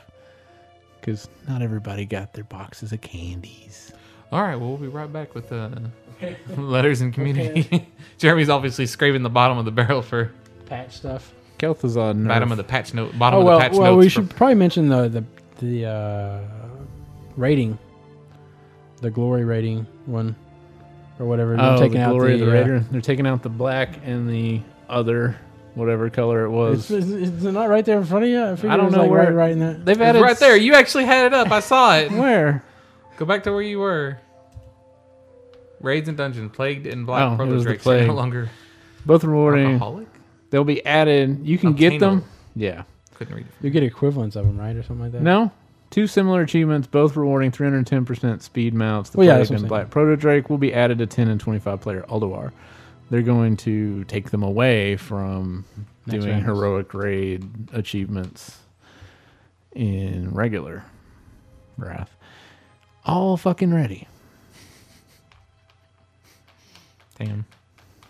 S3: because not everybody got their boxes of candies.
S6: All right, well, we'll be right back with uh, *laughs* letters and community. *laughs* Jeremy's obviously scraping the bottom of the barrel for
S2: Patch stuff.
S3: Kelth is on
S6: bottom of
S3: Nerf.
S6: the patch note. Bottom
S2: Oh
S6: of
S2: well,
S6: the patch
S2: well
S6: notes.
S2: we
S6: for-
S2: should probably mention the the the uh, rating, the glory rating one, or whatever. They're
S3: oh,
S2: taking
S3: the
S2: out
S3: glory of the
S2: uh,
S3: raider. They're taking out the black and the other whatever color it
S2: It's,
S3: was.
S2: it's, it's not right there in front of you. I, figured
S3: don't
S2: it was,
S3: know
S2: like,
S3: where-
S2: right, right in that.
S3: They've
S6: It's
S3: added
S6: right there. You actually had it up. I saw it. *laughs*
S3: s- Where?
S6: Go back to where you were. Raids and dungeons, plagued and black.
S3: Oh, it
S6: Brother
S3: was the
S6: Drake's are
S3: plague.
S6: no longer
S3: Both rewarding.
S6: alcoholic.
S3: They'll be added. You can get them.
S6: Obtainable.
S3: Yeah.
S6: Couldn't read it.
S2: You get equivalents of them, right, or something like that.
S3: No. Two similar achievements, both rewarding 310% speed mounts. The
S2: Well, yeah,
S3: Plague
S2: that's what
S3: and
S2: I'm
S3: Black Proto Drake will be added to 10 and 25 player Alduar. They're going to take them away from
S2: Next
S3: doing
S2: rounds.
S3: heroic raid achievements in regular Wrath. All fucking ready.
S6: Damn.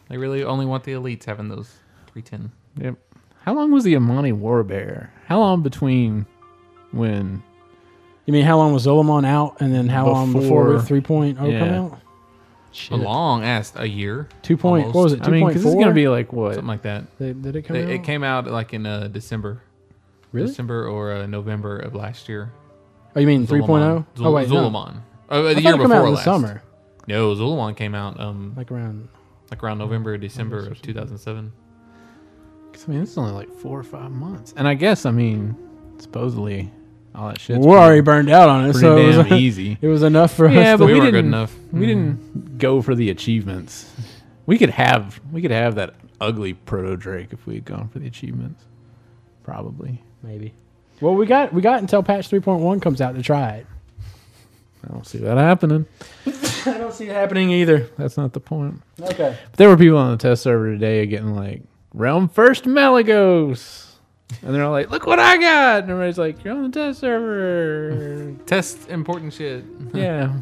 S6: They really only want the elites having those 310.
S3: Yep. How long was the Amani War Bear? How long between when
S2: You mean how long was Zolomon out, and then how long before
S3: Before-
S2: three point oh come
S3: yeah.
S2: out?
S6: A long ass, a year,
S2: Two point. What was it?
S3: I
S2: Two
S3: mean,
S2: point
S3: because it's
S2: four.
S3: going to be like what?
S6: something like that.
S2: Did, did it come
S6: It,
S2: out?
S6: it came out like in uh, December.
S2: really?
S6: December or uh, November of last year.
S2: Oh, you mean three
S6: Zul'Aman.
S2: point oh?
S6: Zul-
S2: Oh wait, no.
S6: Zul'Aman. Oh, uh,
S2: I
S6: the
S2: thought
S6: year
S2: it
S6: before
S2: come out in the
S6: last.
S2: summer,
S6: No, Zul'Aman came out um
S2: like around.
S6: like around November or December of 2007.
S3: 'Cause, I mean, this is only like four or five months, and I guess I mean, supposedly, all that shit.
S2: We're already burned out on it,
S3: pretty
S2: so it *laughs*
S3: damn
S2: was,
S3: easy.
S2: it was enough for
S3: Yeah,
S2: us.
S3: but we
S2: to,
S6: we, weren't good
S3: didn't-
S6: enough.
S3: We didn't go for the achievements. We could have we could have that ugly proto Drake if we had gone for the achievements, probably.
S2: maybe. Well, we got we got until patch three point one comes out to try it.
S3: I don't see that happening.
S2: I don't see it happening either.
S3: That's not the point.
S2: Okay.
S3: But there were people on the test server today getting like realm first Malagos. And they're all like, "Look what I got!" And everybody's like, "You're on the test server."
S6: Test important shit.
S3: yeah.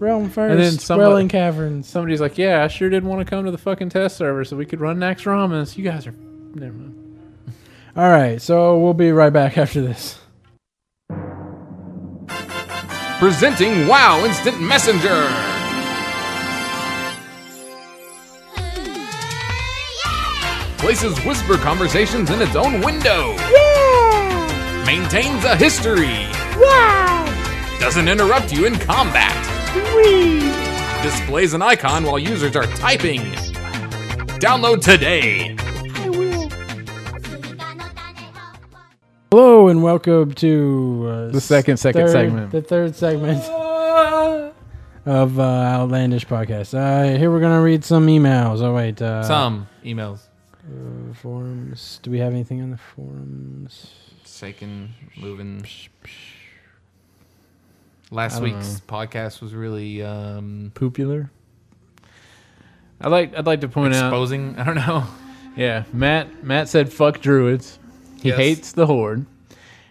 S2: Realm first.
S3: then somebody-
S2: Swelling caverns.
S3: Somebody's like, "Yeah, I sure did want to come to the fucking test server so we could run Nax Ramas." You guys are never mind.
S2: All right, so we'll be right back after this.
S6: Presenting WoW Instant Messenger. places whisper conversations in its own window.
S7: Yeah!
S6: Maintains a history.
S7: Wow!
S6: Doesn't interrupt you in combat.
S7: Sweet!
S6: Displays an icon while users are typing. Download today.
S7: I will.
S2: Hello and welcome to uh,
S3: The second- second
S2: third-
S3: segment.
S2: The third segment of uh, Outlandish Podcast. Uh, here we're gonna read some emails. Oh wait, uh,
S6: Some emails.
S2: uh, forums. Do we have anything on the forums?
S6: Shaking, moving. Last week's podcast was really um,
S3: Popular. I like. I'd like to point out.
S6: exposing. *laughs* I don't know.
S3: Yeah, Matt. Matt said, "Fuck druids." He
S6: Yes.
S3: hates the horde.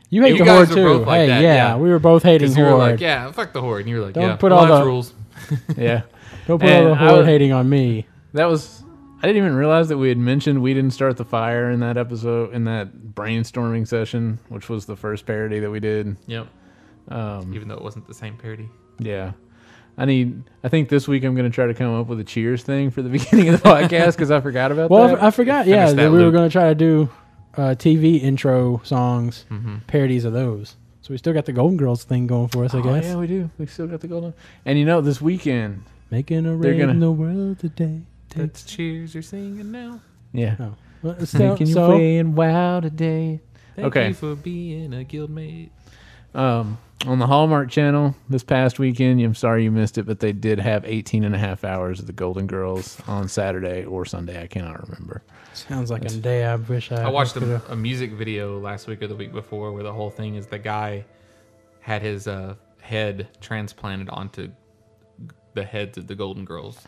S2: You hate
S6: You
S2: the
S6: guys
S2: horde
S6: were
S2: too.
S6: both like
S2: hey,
S6: that,
S2: yeah,
S6: yeah.
S2: we were both hating
S6: Because you were
S2: horde.
S6: like, yeah, fuck the horde. And you were like,
S2: Don't
S6: yeah,
S2: put
S6: well,
S2: all
S6: that's
S2: the-
S6: rules.
S3: Yeah,
S2: Don't put all the
S3: and I
S2: horde
S3: was-
S2: hating on me.
S3: that was. I didn't even realize that we had mentioned we didn't start the fire in that episode in that brainstorming session, which was the first parody that we did.
S6: Yep.
S3: Um,
S6: Even though it wasn't the same parody.
S3: yeah. I need. I think this week I'm going to try to come up with a cheers thing for the *laughs* beginning of the podcast because I forgot about
S2: Well, I
S3: that.
S2: f- I forgot. Yeah,
S6: Finish
S2: that
S6: that
S2: we were
S6: loop.
S2: going to try to do uh, TV intro songs, parodies of those. So we still got the Golden Girls thing going for us, I
S3: Oh,
S2: guess.
S3: yeah, we do. We still got the golden. And you know, this weekend.
S2: Making a
S3: They're
S2: raid
S3: gonna-
S2: in the world today. Take-
S6: That's cheers you're singing now.
S3: Yeah.
S2: Oh. Well, so,
S3: Making your
S2: so
S3: way in WoW today.
S6: Thank
S3: Okay.
S6: you for being a guildmate.
S3: um, on the Hallmark Channel this past weekend. I'm sorry you missed it, but they did have 18 and a half hours of the Golden Girls on Saturday or Sunday. I cannot remember.
S2: sounds like a day I wish I.
S6: I watched
S2: could've-
S6: a, a music video last week or the week before where the whole thing is the guy had his uh, head transplanted onto the heads of the Golden Girls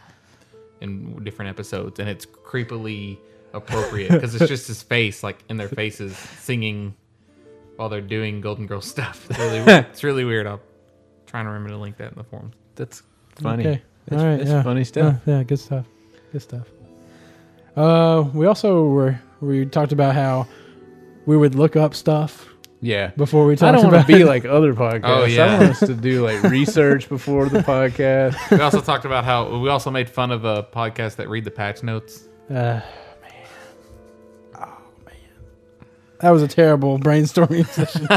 S6: in different episodes, and it's creepily appropriate because it's just his face, like in their faces, singing while they're doing Golden Girl stuff. It's really, weird. it's really weird. I'm trying to remember to link that in the forums.
S3: That's funny.
S2: Okay.
S3: That's,
S2: All right,
S3: that's
S2: yeah.
S3: funny stuff.
S2: Yeah, yeah, good stuff. Good stuff. Uh, we also were we talked about how we would look up stuff
S3: Yeah.
S2: before we
S3: I
S2: talked
S3: don't want
S2: about
S3: to be like other podcasts.
S6: Oh, yeah.
S3: I want us to do like research before the podcast.
S6: We also talked about how we also made fun of a podcast that read the patch notes.
S2: *laughs* Uh, man. Oh, man. That was a
S3: *laughs*
S2: terrible brainstorming session.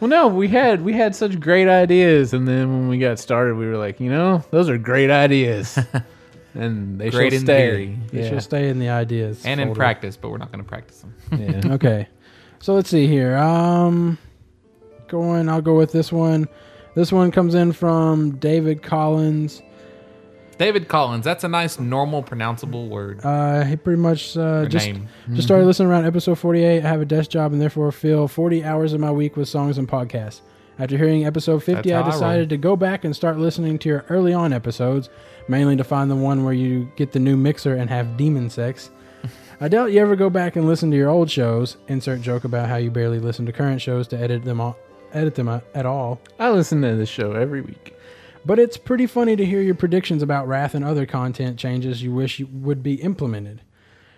S3: Well, no, we had we had such great ideas, and then when we got started, we were like, you know, those are great ideas, and they
S6: Great
S3: should
S6: in
S3: stay.
S6: theory.
S3: Yeah.
S2: It should stay in the ideas.
S6: and in
S2: folder.
S6: practice, but we're not going to practice them.
S2: *laughs*
S3: yeah.
S2: Okay. So let's see here. Um, going, I'll go with this one. This one comes in from David Collins.
S6: David Collins, that's a nice, normal, pronounceable word.
S2: Uh, he pretty much uh,
S6: or
S2: just
S6: name. Mm-hmm.
S2: just started listening around episode 48. I have a desk job and therefore fill 40 hours of my week with songs and podcasts. After hearing episode 50,
S6: That's how
S2: I
S6: I
S2: decided to go back and start listening to your early on episodes, mainly to find the one where you get the new mixer and have demon
S6: *laughs*
S2: sex. I doubt you ever go back and listen to your old shows. Insert joke about how you barely listen to current shows to edit them all, edit them out at all.
S3: I listen to this show every week.
S2: But it's pretty funny to hear your predictions about Wrath and other content changes you wish you- would be implemented.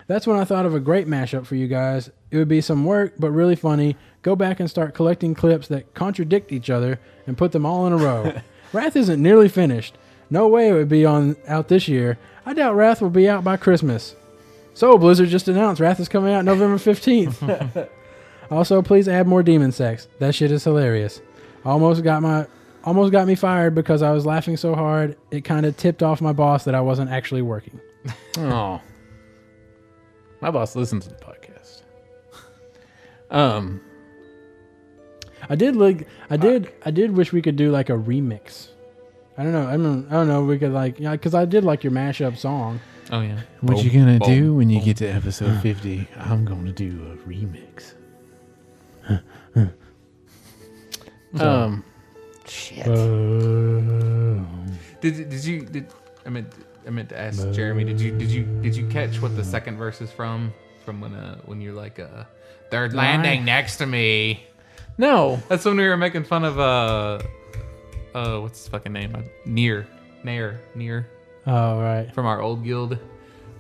S2: That's when I thought of a great mashup for you guys. It would be some work, but really funny. Go back and start collecting clips that contradict each other and put them all in a row. Wrath isn't nearly finished. No way it would be on out this year. I doubt Wrath will be out by Christmas. So Blizzard just announced Wrath is coming out November 15th. Also, please add more demon sex. That shit is hilarious. Almost got my almost got me fired because I was laughing so hard it kind of tipped off my boss that I wasn't actually working.
S3: Oh, my boss listens to the podcast. Um,
S2: I did like I did I did wish we could do like a remix. I don't know. I mean, I don't know. We could like yeah, because I did like your mashup song.
S6: Oh, yeah.
S3: what
S6: Boom,
S3: you gonna
S6: boom,
S3: do when you
S6: boom.
S3: get to episode fifty? I'm gonna do a remix. *laughs* um,
S6: Did, did you? Did I meant? I meant to ask Jeremy. Did you? Did you? Did you catch what the second verse is from? From when? Uh, when you're like, uh, they're landing next to me.
S3: no,
S6: That's when we were making fun of uh, uh, what's his fucking name? Near, near, near.
S2: Oh right.
S6: From our old guild.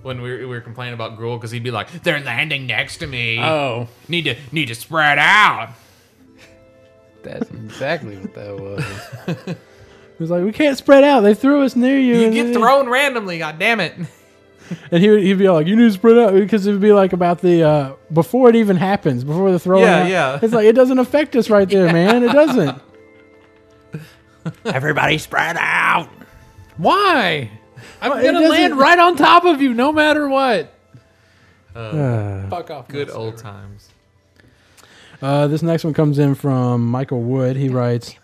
S6: When we were, we were complaining about Gruel, because he'd be like, "They're landing next to me.
S3: oh,
S6: Need to need to spread out."
S3: that's exactly what that was.
S2: It was like we can't spread out. They threw us near you.
S6: You
S2: and
S6: get
S2: then-
S6: thrown randomly. God damn it!
S2: and he would, he'd be like, "You need to spread out," because it would be like about the uh, before it even happens, before the throw.
S6: Yeah, yeah.
S2: It's like it doesn't affect us right there, man. It
S6: *laughs*
S2: doesn't.
S3: *laughs* Everybody spread out. Why? I'm
S2: Well, it
S3: gonna
S2: doesn't-
S3: land right on top of you, no matter what.
S2: Uh,
S3: Fuck off.
S6: Good old times.
S2: uh, this next one comes in from Michael Wood. He writes,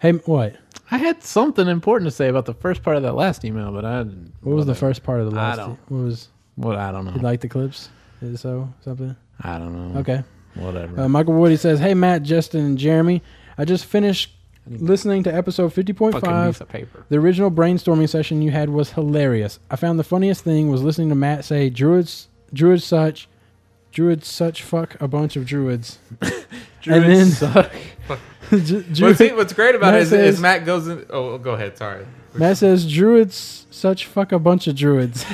S2: "Hey, what?
S3: I had something important to say about the first part of that last email, but I didn't.
S2: What was the first part of the
S3: I
S2: last?
S3: don't-
S2: What was
S3: What I don't
S2: you
S3: know.
S2: like the clips? Is it so something?
S3: I don't know.
S2: Okay."
S3: Whatever.
S2: Uh, Michael Woody says, "Hey Matt, Justin, and Jeremy, I just finished listening to episode fifty point
S6: Fucking
S2: five.
S6: piece of paper.
S2: The original brainstorming session you had was hilarious. I found the funniest thing was listening to Matt say druids, druids such, druids such fuck a bunch of druids, and then *laughs* suck.
S6: What's, what's great about
S2: Matt
S6: it is, is
S2: says-
S6: Matt goes in. Oh, go ahead. Sorry.
S2: Matt says druids such fuck a bunch of druids,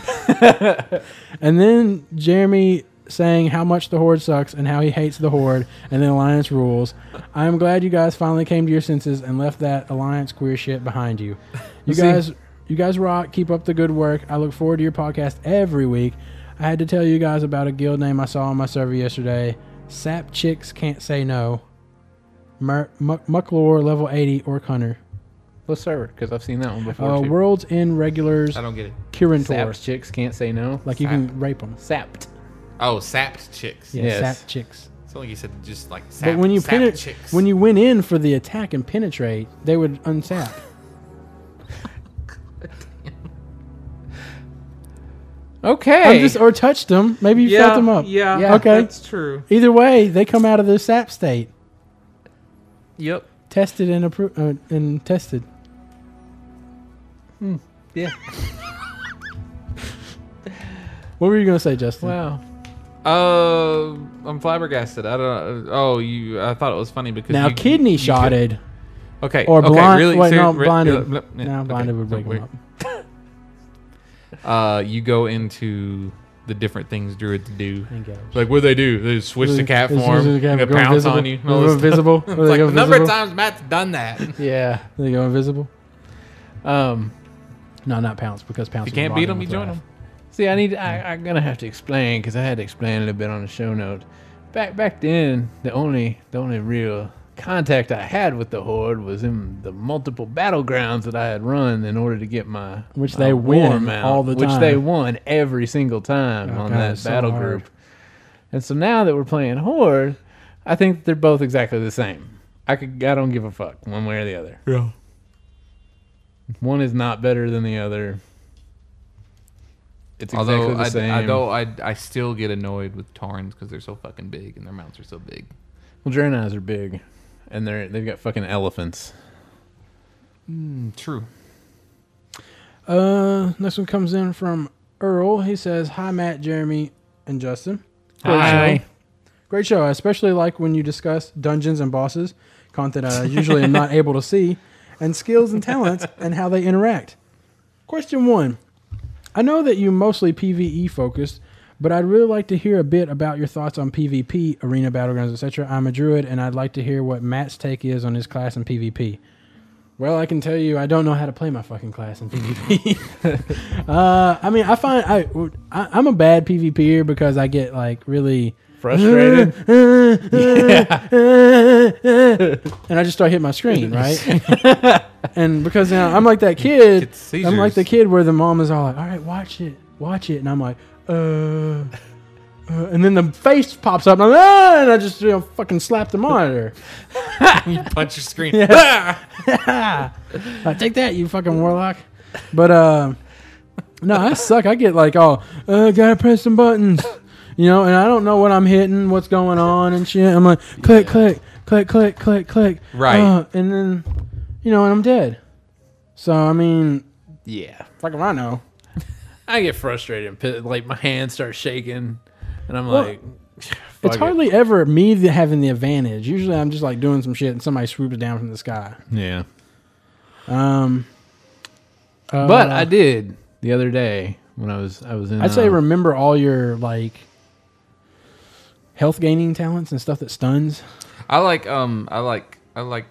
S2: and then Jeremy saying how much the horde sucks and how he hates the horde and the alliance rules. I am glad you guys finally came to your senses and left that alliance queer shit behind you. You guys, you guys rock. Keep up the good work. I look forward to your podcast every week. I had to tell you guys about a guild name I saw on my server yesterday. Sap chicks can't say no. Mur- Muck- Mucklore level eighty orc hunter.
S5: What server? Because I've seen that one before.
S2: Uh,
S5: too.
S2: World's End regulars
S6: I don't get it.
S2: Kirin Tor.
S5: Saps chicks can't say no.
S2: Like you can rape them.
S5: Sapped.
S6: Oh, sapped chicks.
S2: Yeah,
S5: Yes.
S2: sap chicks.
S6: It's like you said, just like
S2: But
S6: sapped,
S2: when you
S6: sapped
S2: penetrate,
S6: chicks.
S2: when you went in for the attack and penetrate, they would unsap.
S5: Okay.
S2: I'm just or touched them. Maybe you felt them up. Okay.
S6: true.
S2: Either way, they come out of the sap state,
S5: yep.
S2: tested and approved uh, and tested.
S6: Hmm.
S5: Yeah.
S2: *laughs* What were you gonna say, Justin?
S5: Wow.
S6: Uh, I'm flabbergasted. I don't. know. Oh, you. I thought it was funny because
S2: now
S6: you-
S2: kidney
S6: you could-
S2: shotted
S6: Okay.
S2: or
S6: okay,
S2: blind.
S6: Really,
S2: wait,
S6: Seri-
S2: no,
S6: re-
S2: blinded.
S6: yeah, yeah,
S2: now
S6: okay,
S2: blinded would
S6: no,
S2: break
S6: weird.
S2: them up.
S6: Uh, you go into the different things druids do.
S2: And go.
S6: Like what do they do? They switch to cat
S2: Is- is-
S6: form.
S2: is it
S6: They
S2: gonna go
S6: pounce
S2: invisible?
S6: on you. and
S2: Go
S6: all *laughs* this stuff.
S2: invisible.
S6: It's
S2: Or they
S6: like
S2: go
S6: the number of
S2: invisible?
S6: times Matt's
S2: *laughs*
S6: done that. If
S5: Yeah.
S2: They go invisible.
S5: Um.
S2: No, not pounce because pounce.
S6: you
S2: would
S6: can't
S2: block
S6: beat
S2: them
S6: them, you
S2: with
S6: join
S2: wrath.
S6: them.
S5: See, I need. I, I'm gonna have to explain because I had to explain a little bit on the show note. Back back then, the only the only real contact I had with the horde was in the multiple battlegrounds that I had run in order to get my
S2: Which
S5: my
S2: they win
S5: war mount,
S2: all the
S5: which they
S2: time.
S5: won every single time
S2: Oh,
S5: on
S2: God,
S5: that
S2: it's so
S5: battle
S2: hard.
S5: group. And so now that we're playing horde, I think they're both exactly the same. I could I don't give a fuck one way or the other.
S6: Yeah.
S5: One is not better than the other. It's exactly
S6: Although
S5: the same.
S6: I, I, though I, I still get annoyed with Tarns because they're so fucking big and their mounts are so big.
S5: Well, Draenei eyes are big, and they're they've got fucking elephants.
S6: True.
S2: Uh, next one comes in from Earl. He says, "Hi, Matt, Jeremy, and Justin.
S5: Oh, Hi.
S2: Great show. I especially like when you discuss dungeons and bosses, content I usually am not able to see, and skills and talents and how they interact. Question one: I know that you mostly PVE focused, but I'd really like to hear a bit about your thoughts on PvP, arena battlegrounds, etc. I'm a druid, and I'd like to hear what Matt's take is on his class in PvP." Well, I can tell you, I don't know how to play my fucking class in PvP. uh, I mean, I find I, I I'm a bad PvPer because I get like really
S5: Frustrated? *laughs*
S2: *laughs* and I just start hitting my
S6: *laughs*
S2: screen, right? *laughs* and because now I'm like that kid,
S6: It's
S2: I'm like the
S6: seizures.
S2: kid where the mom is all like, "All right, watch it, watch it," and I'm like, "Uh." uh," and then the face pops up, and, I'm, ah, and I just you know, fucking slap the monitor.
S6: You *laughs* punch your
S2: *laughs*
S6: screen.
S2: Uh, take that, you fucking warlock. But uh, no, I suck. I get like, oh, uh, gotta press some buttons, you know, and I don't know what I'm hitting, what's going on, and shit. I'm like, click, click, click, click, click, click.
S6: Right.
S2: Uh, and then, you know, and I'm dead. So I mean,
S5: Yeah,
S2: fucking rhino.
S5: I get frustrated. and pi- Like my hands start shaking, and I'm
S2: Well,
S5: like, *sighs* fuck
S2: It's
S5: it.
S2: hardly ever me that having the advantage. Usually, I'm just like doing some shit, and somebody swoops down from the sky.
S5: Yeah,
S2: Um, uh,
S5: but I did the other day when I was I was in.
S2: I'd say
S6: Um,
S5: uh,
S2: remember all your like health gaining talents and stuff that stuns. *laughs*
S6: I like um I like I like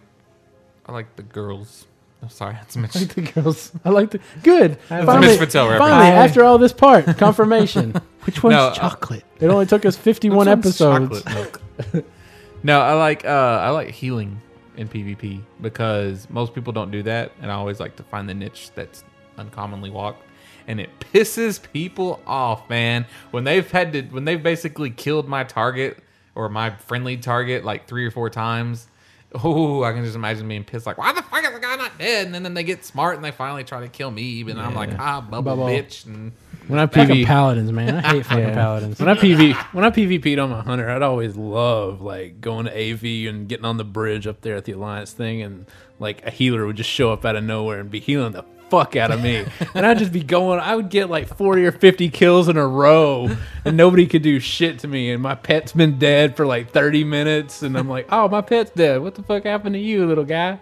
S6: I like the girls I'm sorry, that's
S2: *laughs*
S6: Mitch.
S2: I like the girls. I like the good.
S5: a
S2: Finally,
S6: Miss Patel
S2: finally
S6: reference.
S5: Hi.
S2: after all this part, confirmation.
S3: Which one's
S6: No, uh,
S3: chocolate?
S2: it only took us fifty-one
S6: That sounds
S2: episodes.
S6: chocolate milk. *laughs* no, I like uh, I like healing in PvP because most people don't do that, and I always like to find the niche that's uncommonly walked. And it *laughs* pisses people off, man. When they've had to, when they've basically killed my target or my friendly target like three or four times. Oh, I can just imagine being pissed. Like, why the fuck is the guy not dead? And then, then they get smart and they finally try to kill me. And I'm like, ah, bubble,
S2: Bubble.
S6: bitch. And
S3: When I
S2: Fucking
S3: PV,
S2: paladins, man. I
S6: *laughs*
S2: hate fucking
S3: Yeah.
S2: paladins.
S3: When I PV, when I PvP'd on my hunter, I'd always love like going to AV and getting on the bridge up there at the alliance thing, and like a healer would just show up out of nowhere and be healing the fuck out of *laughs* me, and I'd just be going. I would get like forty or fifty kills in a row, and nobody could do shit to me. And my pet's been dead for like thirty minutes, and I'm like, oh, my pet's dead. What the fuck happened to you, little guy?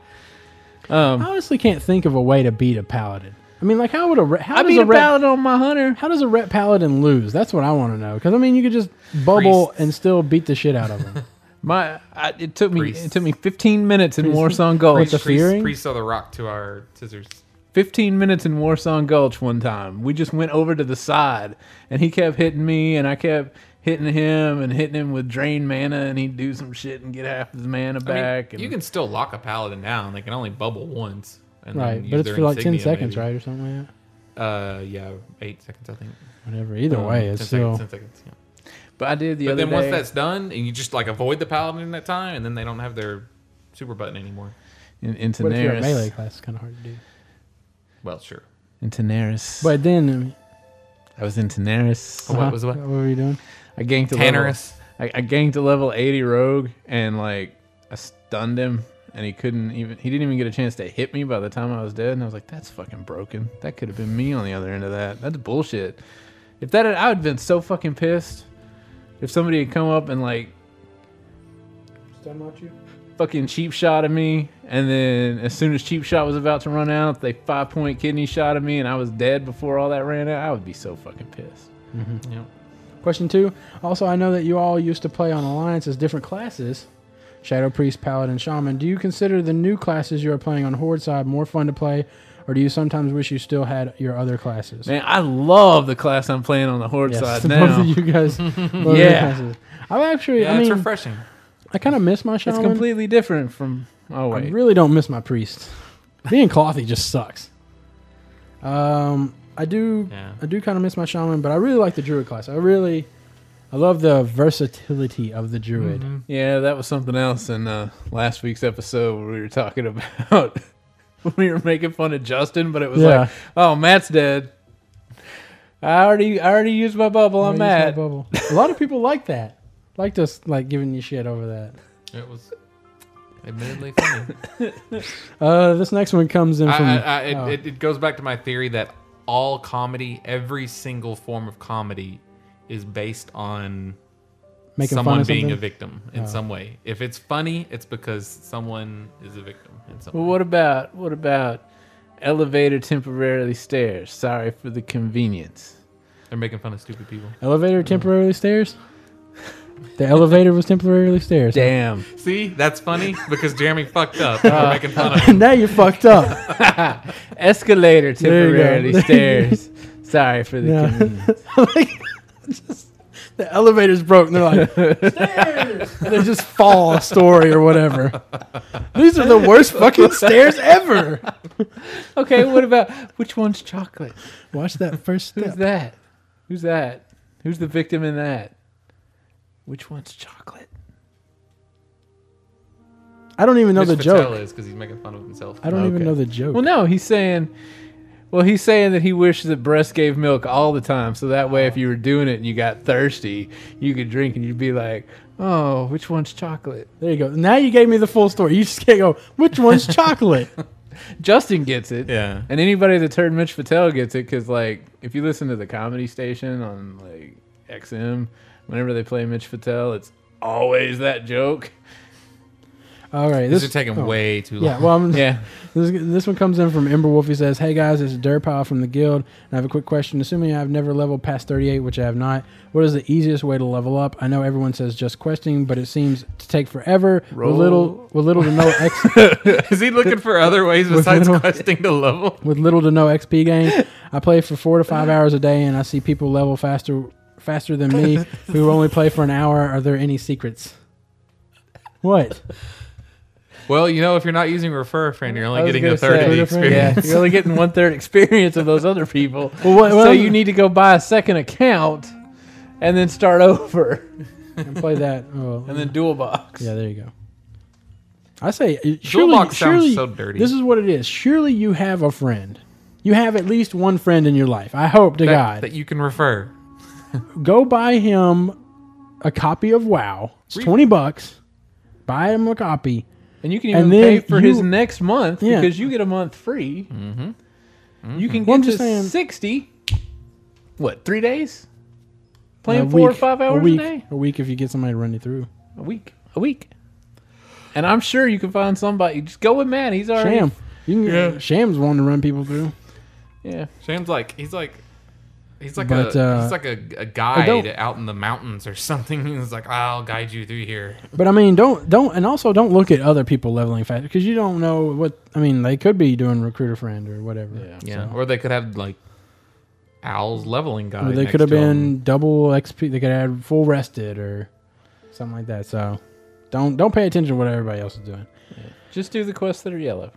S2: I honestly can't think of a way to beat a paladin. I mean, like how would a re- how
S3: I
S2: does
S3: beat
S2: a
S3: a
S2: red
S3: paladin on my hunter.
S2: how does a ret paladin lose? That's what I want to know. Because I mean, you could just bubble and still beat the shit
S6: *laughs*
S2: out of them.
S3: My, I, it took me
S6: Priests.
S3: it took me fifteen minutes in
S2: Priests.
S3: Warsong Gulch.
S2: Priests. The fearing?
S6: priest, priest of the rock to our scissors.
S3: 15 minutes in Warsong Gulch one time. We just went over to the side and he kept hitting me and I kept hitting him and hitting him with drain mana and he'd do some shit and get half his mana
S6: I mean,
S3: back. and
S6: you can still lock a paladin down. They can only bubble once. And then
S2: right,
S6: use
S2: but it's
S6: their
S2: for like ten
S6: insignia,
S2: seconds,
S6: maybe.
S2: right, or something like that.
S6: Uh, yeah, eight seconds, I think.
S2: Whatever. Either
S6: Um,
S2: way,
S6: 10
S2: it's
S6: seconds,
S2: still.
S6: 10 seconds, yeah.
S3: but I did the
S6: But
S3: other
S6: then once
S3: day-
S6: that's done, and you just like avoid the paladin in that time, and then they don't have their super button anymore.
S3: in, in
S2: But if you're a
S3: Daenerys-
S2: melee class, it's kind of hard to do.
S6: Well, sure.
S3: in Daenerys.
S2: But then, I mean,
S3: I was in Daenerys.
S6: What was what?
S2: what were you doing?
S3: I ganked a
S6: Tannerus.
S3: level. I, I ganked a level 80 rogue and like I stunned him and he couldn't even he didn't even get a chance to hit me by the time I was dead and I was like that's fucking broken. That could have been me on the other end of that. That's bullshit. If that had, I would have been so fucking pissed if somebody had come up and like fucking cheap shot at me and then as soon as cheap shot was about to run out they five point kidney shot at me and I was dead before all that ran out I would be so fucking pissed.
S6: Yeah.
S2: Question two. Also, I know that you all used to play on alliances, different classes. Shadow Priest, Paladin, Shaman. Do you consider the new classes you are playing on Horde side more fun to play, or do you sometimes wish you still had your other classes?
S3: Man, I love the class I'm playing on the horde
S2: *laughs*
S3: side
S2: both
S3: now.
S2: of you
S3: *laughs*
S2: guys. both of your
S3: Yeah.
S2: classes. I've actually.
S6: Yeah,
S2: I
S6: it's
S2: mean,
S6: refreshing.
S2: I kind of miss my Shaman.
S3: It's completely different from. Oh
S2: I
S3: wait,
S2: really don't miss my priest. Being clothy just sucks. Um, I do,
S6: Yeah.
S2: I do kind of miss my shaman, but I really like the druid class. I really, I love the versatility of the druid.
S6: Mm-hmm.
S3: yeah, that was something else in uh, last week's episode where we were talking *laughs* about when we were making fun of Justin, but it was
S2: Yeah.
S3: like, oh, Matt's dead. I already, I already used my bubble on
S2: Raise my
S3: Matt.
S2: bubble. A lot of people like that, like just like giving you shit over that.
S6: It was
S2: *laughs*
S6: admittedly funny.
S2: Uh, this next one comes in
S6: I,
S2: from.
S6: I, I, it,
S2: oh.
S6: it, it goes back to my theory that all comedy, every single form of comedy, is based on
S2: making
S6: someone
S2: fun of
S6: being
S2: something. Oh.
S6: a victim in some way. If it's funny, it's because someone is a victim in some
S3: Well,
S6: way.
S3: what about what about elevator temporarily stairs? Sorry for the convenience.
S6: They're making fun of stupid people.
S2: elevator temporarily stairs. The elevator was temporarily stairs.
S3: Damn.
S6: See, that's funny *laughs* because Jeremy fucked up.
S2: Uh,
S6: and We're making
S2: *laughs*
S6: fun of
S2: *laughs*
S6: him.
S2: now you're fucked up.
S3: Escalator
S2: There you go.
S3: temporarily
S2: *laughs*
S3: stairs. Sorry for the
S2: Yeah.
S3: convenience.
S2: *laughs* like just the elevator's broke and they're like stairs and they just fall a story or whatever these are the worst fucking stairs ever
S3: Okay, what about which one's chocolate?
S2: watch that first
S3: Who's
S2: step
S3: that? Who's that? Who's the victim in that? Which one's chocolate?
S2: i don't even know
S6: Mitch
S2: the
S6: Patel
S2: joke
S6: is because he's making fun of himself.
S2: i don't even
S3: Okay.
S2: know the joke
S3: Well, no, he's saying. Well, he's saying that he wishes that breast gave milk all the time, so that way, if you were doing it and you got thirsty, you could drink and you'd be like, "Oh, which one's chocolate?"
S2: there you go now you gave me the full story you just can't go which *laughs* one's chocolate
S3: Justin gets it,
S6: Yeah.
S3: and anybody that's heard Mitch Patel gets it because, like, if you listen to the comedy station on like XM, whenever they play Mitch Patel, it's always that joke.
S2: All right.
S6: This
S2: This
S6: is taking
S2: oh.
S6: way too long.
S2: Yeah, well, I'm,
S3: *laughs* Yeah.
S2: *laughs* This, this one comes in from Ember Wolf. He says, Hey guys, this is Durpile from the Guild, and I have a quick question. Assuming I've never leveled past 38, which I have not, what is the easiest way to level up? I know everyone says just questing, but it seems to take forever with
S3: Roll.
S2: little with little to no X
S6: *laughs* is he looking for other ways besides
S2: little-
S6: questing to level?
S2: with little to no XP gain. I play for four to five hours a day, and I see people level faster faster than me who only play for an hour. Are there any secrets? What?
S6: *laughs* Well, you know, if you're not using refer friend, you're only
S3: I was
S6: getting a
S3: gonna
S6: third of the
S3: say,
S6: experience.
S3: Yeah, you're only getting one third experience of those other people.
S2: *laughs* Well, what-
S3: so
S2: well-
S3: you need to go buy a second account and then start *laughs* over
S2: And play that. Oh,
S3: and then dual box.
S2: Yeah, there you go. I say, uh, surely,
S6: box
S2: surely,
S6: sounds so dirty.
S2: This is what it is. Surely you have a friend. You have at least one friend in your life. I hope to
S6: *laughs* That,
S2: *laughs* God.
S6: that you can refer.
S2: go buy him a copy of WoW. It's twenty bucks. Buy him a copy.
S3: And you can even
S2: And
S3: pay
S2: then
S3: for his
S2: you-
S3: next month
S2: Yeah. Mm-hmm.
S3: because you get a month free. Mm-hmm. You can get
S2: Well, I'm
S3: to
S2: just saying-
S3: 60. What, three days?
S2: A
S3: Playing four or
S2: week-
S3: five hours
S2: a,
S3: a,
S2: week,
S3: day?
S2: A week if you get somebody to run you through.
S3: A week. A week. And I'm sure you can find somebody. Just go with Matt. He's already.
S2: Sham. You can, Sham's wanting to run people through.
S3: Yeah.
S6: Sham's like he's like he's like
S2: But,
S6: a
S2: uh,
S6: he's like a, a
S2: don't-
S6: guide out in the mountains or something. *laughs* He's like I'll guide you through here.
S2: But I mean, don't don't and also don't look at other people leveling fast because you don't know what I mean. They could be doing recruiter friend or whatever. Yeah.
S6: Yeah, or they could have like Al's leveling guide.
S2: Or they
S6: next
S2: could have
S6: to him.
S2: been double XP. They could have full rested or something like that. So don't don't pay attention to what everybody else is doing.
S3: Just do the quests that are yellow.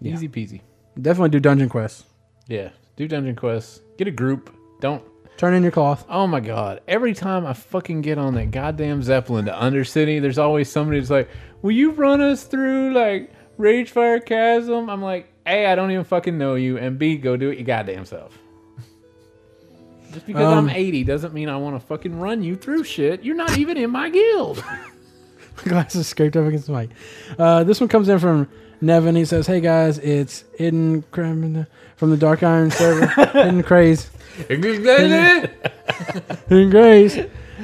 S2: Yeah.
S3: Easy peasy.
S2: Definitely do dungeon quests.
S3: Yeah. Do dungeon quests. Get a group. Don't.
S2: Turn in your cloth. *laughs*
S3: Oh my god. Every time I fucking get on that goddamn Zeppelin to Undercity, there's always somebody who's like, Will you run us through like Ragefire Chasm? I'm like, A, I don't even fucking know you, and B, go do it your goddamn self. *laughs* Just because
S2: Um,
S3: I'm 80 doesn't mean I want to fucking run you through shit. You're not even in my guild.
S2: Glasses scraped up against the mic. Uh, this one comes in from Nevin. He says, "Hey guys, it's Iden Cram- from the Dark Iron server. Iden Craze. Iden Craze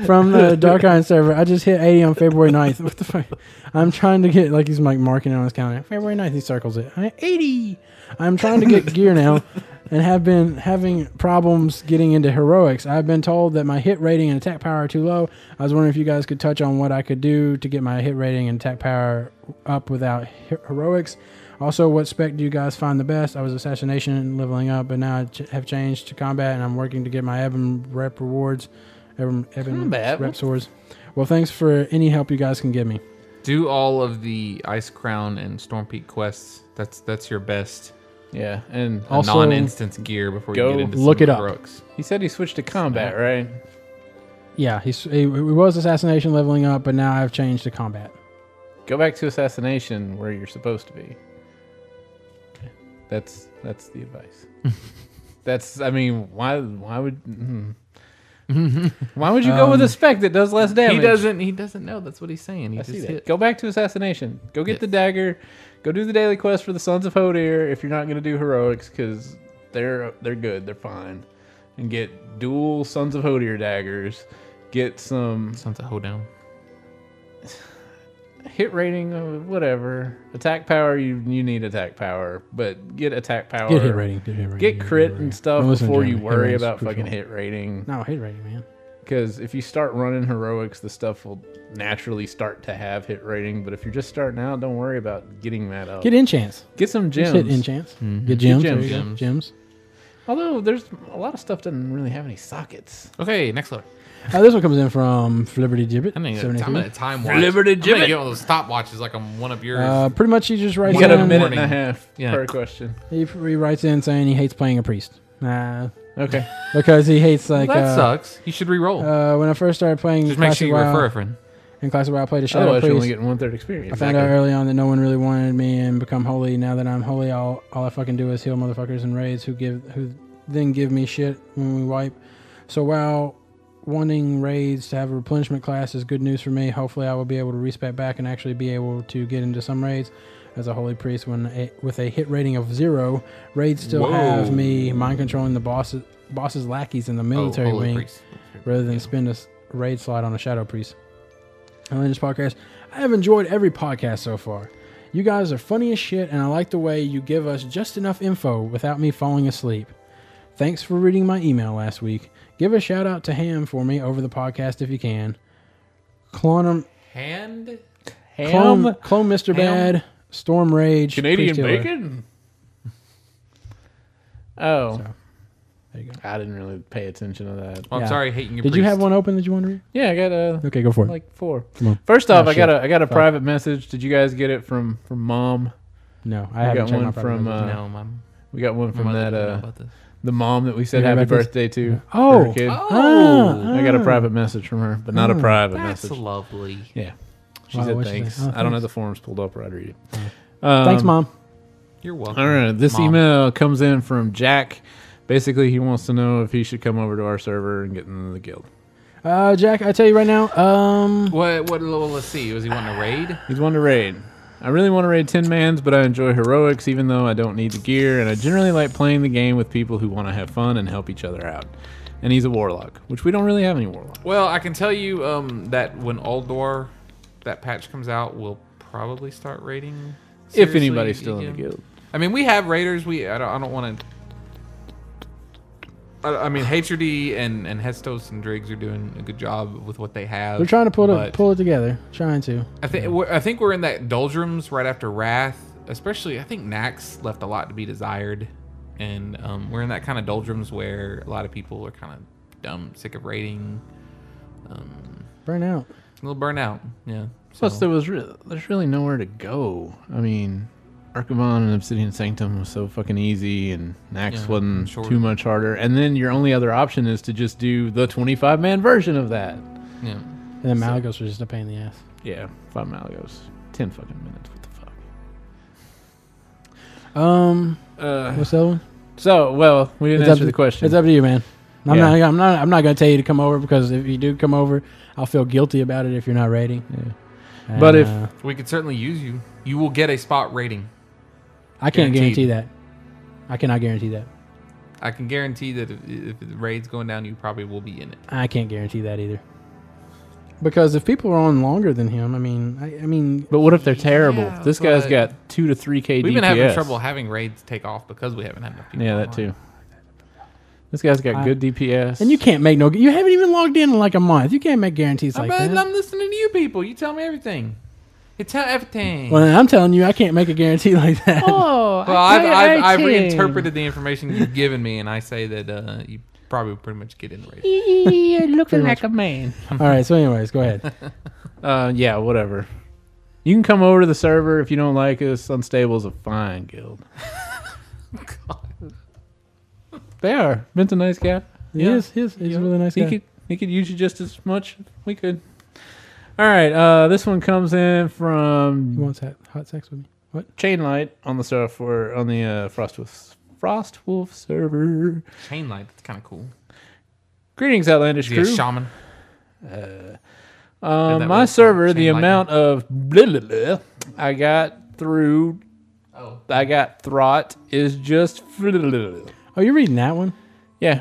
S2: from the Dark Iron server. I just hit 80 on February 9th. What the fuck? I'm trying to get like he's like marking it on his calendar. February 9th, he circles it. I- 80. I'm trying to get gear now." And have been having problems getting into heroics. I've been told that my hit rating and attack power are too low. I was wondering if you guys could touch on what I could do to get my hit rating and attack power up without he- heroics. Also, what spec do you guys find the best? I was assassination and leveling up, but now I ch- have changed to combat, and I'm working to get my Ebon rep rewards. Ebon, Ebon
S3: Combat?
S2: rep swords. Well, thanks for any help you guys can give me.
S6: Do all of the Ice Crown and Storm Peak quests. That's that's your best
S3: *laughs* yeah, and
S2: Also,
S6: non-instance gear before
S3: go
S6: you get into
S2: look
S6: some
S2: it up.
S6: Brooks.
S3: he said he switched to combat, right?
S2: Yeah, he's, he, he was assassination leveling up, but now I've changed to combat.
S3: Go back to assassination where you're supposed to be. That's that's the
S6: *laughs*
S3: advice. that's I mean why why would mm. why would you go with a spec that does less damage?
S6: Um, He doesn't. He doesn't know. That's what he's saying. He
S3: I see
S6: just
S3: that.
S6: hit.
S3: Go back to assassination. Go get the
S6: Yes.
S3: dagger. Go do the daily quest for the Sons of Hodir if you're not going to do heroics because they're they're good. They're fine. And get dual Sons of Hodir daggers. Get some
S6: Sounds a hoedown.
S3: hit rating, uh, whatever. Attack power, you you need attack power, but get attack power.
S2: Get hit rating. Get, hit rating,
S3: Get crit and stuff
S2: Don't listen to
S3: before
S2: Jeremy.
S3: you
S2: Hit
S3: worry
S2: rating's
S3: about
S2: crucial.
S3: fucking hit rating.
S2: No, hit rating, man.
S3: Because if you start running heroics, the stuff will naturally start to have hit rating. But if you're just starting out, don't worry about getting that up.
S2: Get
S3: Get,
S2: in chance.
S3: some gems.
S2: Just hit in chance.
S6: Mm-hmm.
S2: Get gems.
S3: Get
S2: There
S3: gems.
S2: you go. Gems.
S3: Although there's a lot of stuff doesn't really have any sockets.
S6: Okay, next letter.
S2: Uh, this one comes in from Liberty Gibbet.
S6: I mean, I'm
S2: 73.
S6: gonna time watch.
S3: Liberty
S6: I'm gonna
S3: gibbet.
S6: get one of those stopwatches like I'm one of yours.
S2: Uh, pretty much, he just writes.
S3: You got a
S2: in-
S3: minute
S6: warning.
S3: and a half
S6: Yeah.
S3: per question.
S2: He, he writes in saying he hates playing a priest. Nah,
S3: Okay.
S2: because he hates like.
S6: that
S2: uh,
S6: sucks. You should re-roll.
S2: Uh, when I first started playing
S6: just make
S2: Classic
S6: sure you
S2: WoW,
S6: refer a friend.
S2: in Classic WoW, I played a shadow
S3: Otherwise, you're
S2: priest.
S3: only getting one third experience.
S2: I found out early on that no one really wanted me and become holy. Now that I'm holy, all all I fucking do is heal motherfuckers and raids who give who then give me shit when we wipe. So while wanting raids to have a replenishment class is good news for me, hopefully I will be able to respec back and actually be able to get into some raids as a holy priest when a, with a hit rating of zero. Raids still have
S6: Whoa.
S2: me mind controlling the bosses bosses lackeys in the military
S6: oh, holy
S2: wing
S6: priest.
S2: rather than spend a s- raid slot on a shadow priest. On this podcast, I have enjoyed every podcast so far. You guys are funny as shit, and I like the way you give us just enough info without me falling asleep. Thanks for reading my email last week. Give a shout out to Ham for me over the podcast if you can. Clonum,
S6: Hand
S2: clone, clone Mr. Bad, Storm Rage,
S3: Canadian
S2: Priest Hiller.
S3: bacon. Oh,
S2: So, there you go.
S3: I didn't really pay attention to that.
S6: Well, Oh, I'm
S2: Yeah.
S6: sorry, hating your.
S2: Did you have
S6: priest.
S2: one open that you wanted to read?
S3: Yeah, I got a
S2: Okay, go for it.
S3: like four.
S2: Come on.
S3: First off,
S2: Oh,
S3: I got
S2: shit.
S3: a I got a private message. Did you guys get it from from mom?
S2: no, I
S3: I
S2: haven't
S3: got
S2: checked
S3: one
S2: my private
S3: from
S2: messages.
S3: uh,
S6: No, my,
S3: we got one
S6: my
S3: from
S6: mother
S3: that
S6: didn't know
S3: uh
S6: about this.
S3: the mom that we said
S2: You heard
S3: happy
S2: about this?
S3: birthday to.
S2: Oh.
S3: for her kid.
S2: Oh,
S3: I got a
S2: ah.
S3: private message from her, but not a private
S6: That's
S3: message.
S6: lovely.
S3: yeah, she
S2: Wow,
S3: said
S2: what'd she
S3: thanks.
S2: say? Oh,
S3: I don't
S2: thanks.
S3: have the forms pulled up, or I'd read it.
S2: Thanks,
S3: Um,
S2: Mom.
S6: You're welcome.
S3: All right. This
S6: Mom.
S3: email comes in from Jack. Basically, he wants to know if he should come over to our server and get into the guild.
S2: Uh, Jack, I tell you right now, um,
S6: What? What? well, Let's see. Was he wanting to raid?
S3: He's one to raid. I really want to raid 10 mans, but I enjoy heroics even though I don't need the gear, and I generally like playing the game with people who want to have fun and help each other out. And he's a warlock, which we don't really have any warlocks.
S6: Well, I can tell you um, that when Aldor, that patch comes out, we'll probably start raiding.
S3: If
S6: seriously
S3: anybody's still in the
S6: again.
S3: guild.
S6: I mean, we have raiders. We I don't, I don't want to. I, I mean, HRD and and Hestos and Driggs are doing a good job with what they have.
S2: they're trying to pull it
S6: but
S2: pull it together. Trying to.
S6: I think we're, I think we're in that doldrums right after Wrath. Especially, I think Nax left a lot to be desired, and um, we're in that kind of doldrums where a lot of people are kind of dumb, sick of raiding. Um,
S2: Burn out.
S6: a little burnout. Yeah.
S3: Plus,
S6: So-
S3: there was re- there's really nowhere to go. I mean, Archivon and Obsidian Sanctum was so fucking easy, and Nax
S6: Yeah,
S3: wasn't
S6: short.
S3: too much harder. And then your only other option is to just do the 25 man version of that.
S6: yeah.
S2: And then Malagos was just a pain in the ass.
S3: Yeah, five Malagos, ten fucking minutes. What the fuck?
S2: Um,
S3: Uh,
S2: what's the other one?
S3: so well, we didn't
S2: It's up
S3: answer
S2: to-
S3: the question.
S2: It's up to you, man. I'm
S3: Yeah.
S2: not. I'm not. I'm not gonna tell you to come over because if you do come over, I'll feel guilty about it if you're not rating. And,
S3: But if-
S2: uh,
S6: We could certainly use you. You will get a spot rating.
S2: I can't guarantee
S6: guaranteed.
S2: that, I cannot guarantee that.
S6: I can guarantee that if, if the raid's going down, you probably will be in it.
S2: I can't guarantee that either. Because if people are on longer than him, I mean, I, I mean,
S3: but what if they're terrible?
S6: Yeah,
S3: this guy's
S6: but-
S3: got two to three k.
S6: We've been having
S3: DPS.
S6: trouble having raids take off because we haven't had enough people.
S3: Yeah, that
S6: online.
S3: too. This guy's got
S2: I-
S3: good DPS. *laughs*
S2: and you can't make no. You haven't even logged in in like a month. You can't make guarantees
S6: I'm,
S2: like
S6: glad
S2: that.
S6: I'm listening to you people. You tell me everything. You tell everything.
S2: Well, then I'm telling you, I can't make a guarantee *laughs* like that.
S3: Oh,
S6: Well, I've, I've, I've reinterpreted the information you've given me, and I say that uh, you probably pretty much get in the raid.
S3: You're looking
S2: like
S3: a man.
S2: All right. So, anyways,
S3: *laughs*
S2: go ahead.
S3: Uh, yeah, whatever. You can come over to the server if you don't like us. Unstable's a fine
S6: *laughs*
S3: guild. *laughs* They are. Vin's a nice guy.
S2: He
S3: Yeah.
S2: is. He is. He's a really nice
S3: He
S2: guy.
S3: could he could use you just as much. We could. All right. Uh, this one comes in
S2: He
S3: from
S2: wants hot, hot sex with me. What?
S3: Chainlight on the server on the uh, Frostwolf Frostwolf server.
S6: Chain light. That's kind of cool.
S3: Greetings, Outlandish
S6: Is he a
S3: crew.
S6: shaman?
S3: Um, my
S6: that what it's
S3: server,
S6: called?
S3: the
S6: Chain lightning?
S3: amount of blah, blah, blah I got through,
S6: Oh.
S3: I got throt is just *laughs* blah, blah, blah, blah.
S2: Oh, you're reading that one?
S3: yeah.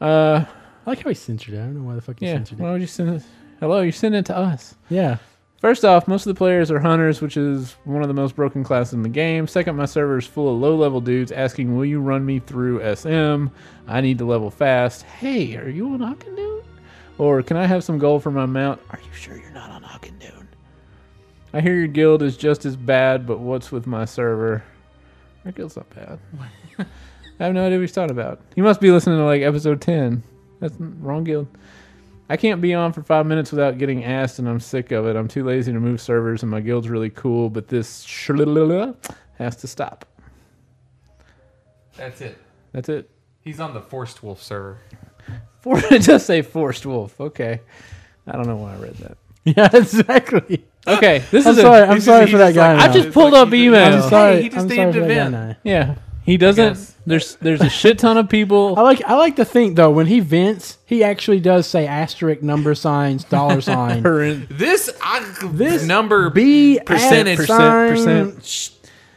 S3: Uh,
S2: I like how he censored it. I don't know why the fuck he
S3: yeah.
S2: censored
S3: Why
S2: it.
S3: would you send it? Hello, you send it to us.
S2: Yeah. *laughs*
S3: First off, most of the players are hunters, which is one of the most broken classes in the game. Second, my server is full of low-level dudes asking, "Will you run me through SM? I need to level fast. Hey, are you on Akandun? Or can I have some gold for my mount? Are you sure you're not on Akandun? I hear your guild is just as bad, but what's with my server? Our guild's not bad. I have no idea what he's talking about. You must be listening to like episode ten. That's wrong guild. I can't be on for five minutes without getting asked, and I'm sick of it. I'm too lazy to move servers, and my guild's really cool, but this has to stop.
S6: That's it.
S3: That's it.
S6: He's on the Forced Wolf server.
S3: For, *laughs* it does say forced wolf. Okay. I don't know why I read that.
S2: Yeah, exactly.
S3: Okay. This
S2: I'm
S3: is a-
S2: sorry. I'm
S6: he's
S2: sorry
S6: just-
S2: for that
S6: he's just
S2: guy.
S6: like,
S3: I
S2: now.
S3: just pulled up
S2: I'm
S3: email.
S6: Hey,
S2: sorry.
S6: he just
S2: I'm
S6: needed
S2: sorry
S6: to
S2: for that guy
S6: vent.
S2: now.
S3: Yeah. He doesn't.
S6: guess.
S3: There's there's a shit ton of *laughs*
S2: I
S3: people.
S2: like I like to think though when he vents he actually does say asterisk number
S3: *laughs*
S2: signs dollar sign
S3: who are in-
S6: This I,
S2: This
S6: number
S2: B
S6: Percentage,
S2: at
S3: percent,
S2: sign,
S3: percent.
S2: sh-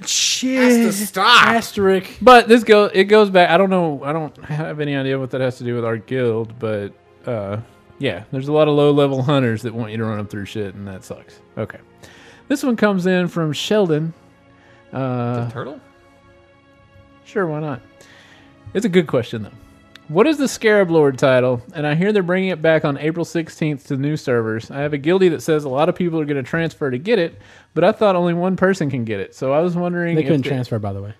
S2: Shit.
S6: stop.
S2: Asterisk.
S3: But this go it goes back. I don't know. I don't have any idea what that has to do with our guild, but uh, Yeah, there's a lot of low level hunters that want you to run them through shit, and that sucks. Okay. This one comes in from Sheldon. Uh,
S6: turtle?
S3: Sure, why not? It's a good question, though. What is the Scarab Lord title? And I hear they're bringing it back on April 16th to new servers. I have a guilty that says a lot of people are going to transfer to get it, but I thought only one person can get it. So I was wondering.
S2: They
S3: if
S2: couldn't
S3: the-
S2: transfer, by the way.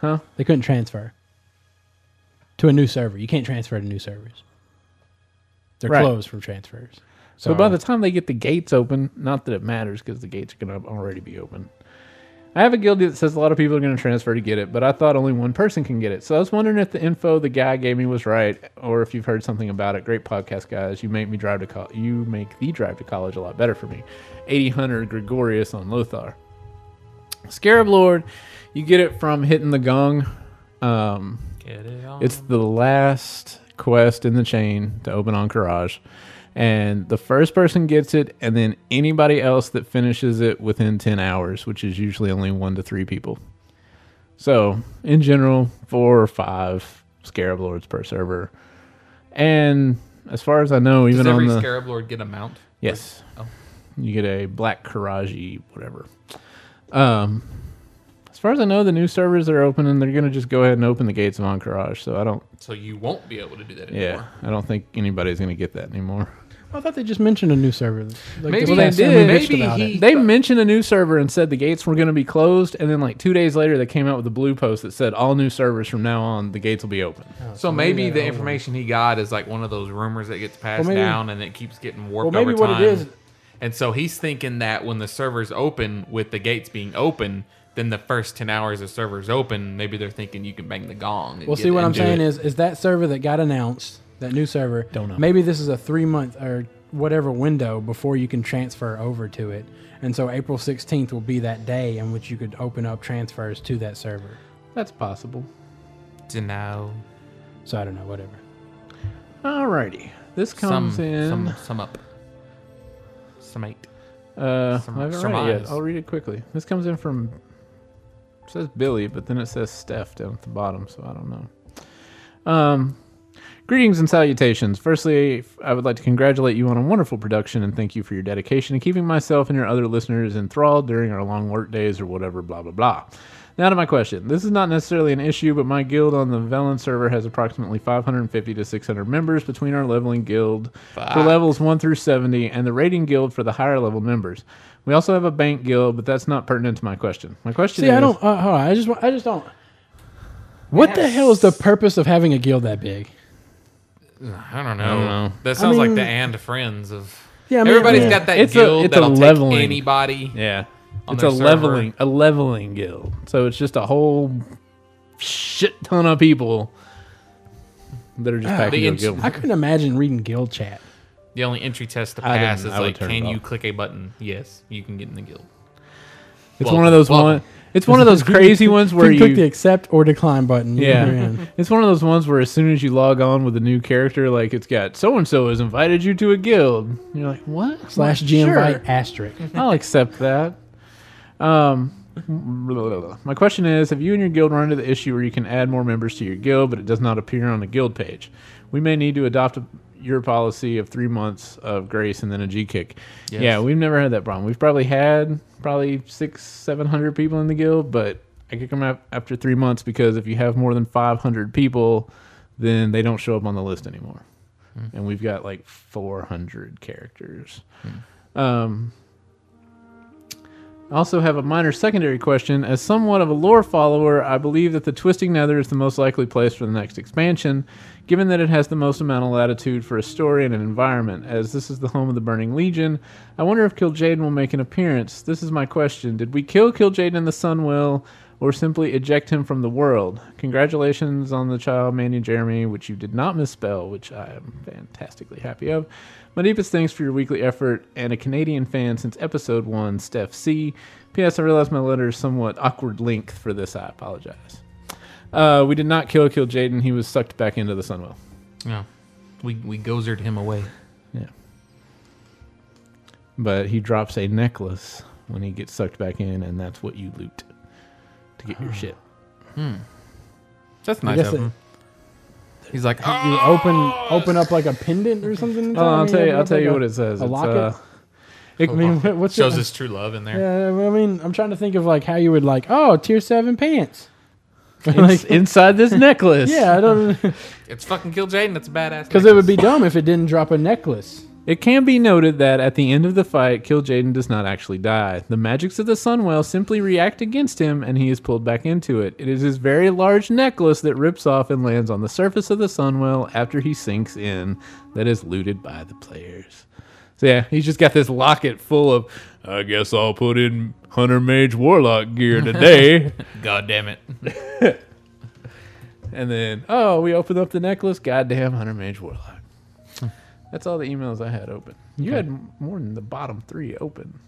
S3: Huh?
S2: They couldn't transfer to a new server. You can't transfer to new servers. They're
S3: Right.
S2: closed from transfers.
S3: So by the time they get the gates open, not that it matters because the gates are going to already be open. I have a guilty that says a lot of people are going to transfer to get it, but I thought only one person can get it. So I was wondering if the info the guy gave me was right, or if you've heard something about it. Great podcast, guys. You make me drive to co- you make the drive to college a lot better for me. 80 Hunter Gregorius on Lothar. Scarab Lord, you get it from hitting the gong. Um,
S6: Get it on.
S3: it's the last quest in the chain to open on Courage. And the first person gets it, and then anybody else that finishes it within 10 hours, which is usually only one to three people. So, in general, four or five Scarab Lords per server. And as far as I know, even
S6: Does every
S3: on the.
S6: Scarab Lord get a mount?
S3: Yes.
S6: Oh.
S3: You get a black Karaji, whatever. Um, as far as I know, the new servers are open, and they're going to just go ahead and open the gates of Encourage. So I don't
S6: So you won't be able to do that
S3: yeah,
S6: anymore.
S3: I don't think anybody's gonna get that anymore.
S2: I thought they just mentioned a new server. Like
S6: Maybe
S2: this
S6: they
S2: past time
S3: did.
S2: we bitched
S6: Maybe
S2: about
S6: he-
S3: *laughs*
S2: it.
S3: They mentioned a new server and said the gates were gonna be closed, and then like two days later, they came out with a blue post that said all new servers from now on the gates will be open.
S6: So maybe the information he got is like one of those rumors that gets passed
S2: maybe-
S6: down and it keeps getting warped
S2: well, maybe
S6: over
S2: what it
S6: time.
S2: is-
S6: And so he's thinking that when the servers open, with the gates being open, then the first ten hours the servers open, maybe they're thinking you can bang the gong.
S2: Well, see what I'm saying is, is that server that got announced, that new server.
S3: Don't know.
S2: Maybe this is a three month or whatever window before you can transfer over to it, and so April 16th will be that day in which you could open up transfers to that server.
S3: That's possible.
S6: to know
S2: So I don't know, whatever.
S3: Alrighty, this
S6: some
S3: comes in.
S6: some sum up some eight.
S3: uh,
S6: some
S3: I haven't read it
S6: surmise.
S3: yet. I'll read it quickly. This comes in from. It says Billy, but then it says Steph down at the bottom, so I don't know. Um, Greetings and salutations. Firstly, I would like to congratulate you on a wonderful production and thank you for your dedication and keeping myself and your other listeners enthralled during our long work days or whatever, blah, blah, blah. Now to my question. This is not necessarily an issue, but my guild on the Velen server has approximately 550 to 600 members between our leveling guild for levels 1 through 70 and the rating guild for the higher level members. We also have a bank guild, but that's not pertinent to my question. My question
S2: See,
S3: is
S2: I don't. Uh, hold on, I just. wa- I just don't. What the hell is the purpose of having a guild that big?
S6: I don't know.
S3: know.
S6: That sounds like the
S2: mean-
S6: and friends of.
S2: Yeah, I mean,
S6: Everybody's
S2: yeah.
S6: got that
S3: It's a-
S6: guild
S3: it's a
S6: that'll
S3: leveling.
S6: take anybody.
S3: Yeah.
S6: on
S3: it's a
S6: their server.
S3: leveling a leveling guild. So it's just a whole shit ton of people that are just packing
S6: Ah, the
S3: your
S6: ins-
S3: guild.
S2: I couldn't imagine reading guild chat.
S6: The only entry test to
S3: I didn't-
S6: pass is
S3: I would
S6: like,
S3: turn
S6: can
S3: it
S6: you
S3: off.
S6: click a button? Yes, you can get in the guild.
S3: It's one of those
S6: Welcome.
S3: one it's one of
S6: *laughs*
S3: those crazy ones where
S2: you
S3: you
S2: click the accept or decline button. you- you're
S3: yeah,
S2: in.
S3: it's one of those ones where as soon as you log on with a new character, like it's got so and so has invited you to a guild. And you're like, what?
S2: Slash
S3: Like,
S2: G
S3: sure.
S2: invite asterisk.
S3: *laughs* I'll accept that. Um, my question is: Have you and your guild run into the issue where you can add more members to your guild, but it does not appear on the guild page? We may need to adopt a, your policy of three months of grace and then a G kick. Yeah, we've never had that problem. We've probably had probably six, seven hundred people in the guild, but I kick them out after three months because if you have more than five hundred people, then they don't show up on the list anymore. And we've got like four hundred characters. Um, I also have a minor secondary question. As somewhat of a lore follower, I believe that the Twisting Nether is the most likely place for the next expansion, given that it has the most amount of latitude for a story and an environment. As this is the home of the Burning Legion, I wonder if Kil'jaeden will make an appearance. This is my question. Did we kill Kil'jaeden in the Sunwell, or simply eject him from the world? Congratulations on the child, Mandy Jeremy, which you did not misspell, which I am fantastically happy of. My deepest thanks for your weekly effort and a Canadian fan since episode one, Steph C. P.S. I realize my letter is somewhat awkward length for this. I apologize. Uh, we did not kill Kill Jaden. He was sucked back into the Sunwell.
S6: No, we we gozered him away.
S3: But he drops a necklace when he gets sucked back in, and that's what you loot to get your shit.
S6: That's
S2: I
S6: nice
S2: guess
S6: of
S2: it-
S6: him. He's like,
S2: You
S6: oh,
S2: open open up like a pendant or something.
S3: Oh, I'll tell you. I'll tell you what it says.
S2: A
S3: It's,
S2: locket. *laughs*
S3: uh, it-
S2: I mean, what- what's
S6: shows
S2: it?
S6: his true love in there.
S2: Yeah, I mean, I'm trying to think of like how you would like. Oh, tier seven pants. *laughs*
S3: it's inside this necklace.
S2: Yeah,
S3: *laughs*
S2: I don't *laughs*
S6: It's fucking kill Jaden. It's a badass.
S2: because it would be dumb if it didn't drop a necklace.
S3: It can be noted that at the end of the fight, Kill Jaden does not actually die. The magics of the Sunwell simply react against him, and he is pulled back into it. It is his very large necklace that rips off and lands on the surface of the Sunwell after he sinks in, that is looted by the players. So yeah, he's just got this locket full of. I guess I'll put in Hunter Mage Warlock
S2: *laughs*
S3: gear today.
S6: God damn it.
S3: And then, oh, we opened up the necklace. Goddamn, Hunter Mage Warlock. That's all the emails I had open. You had m- more than the bottom three open.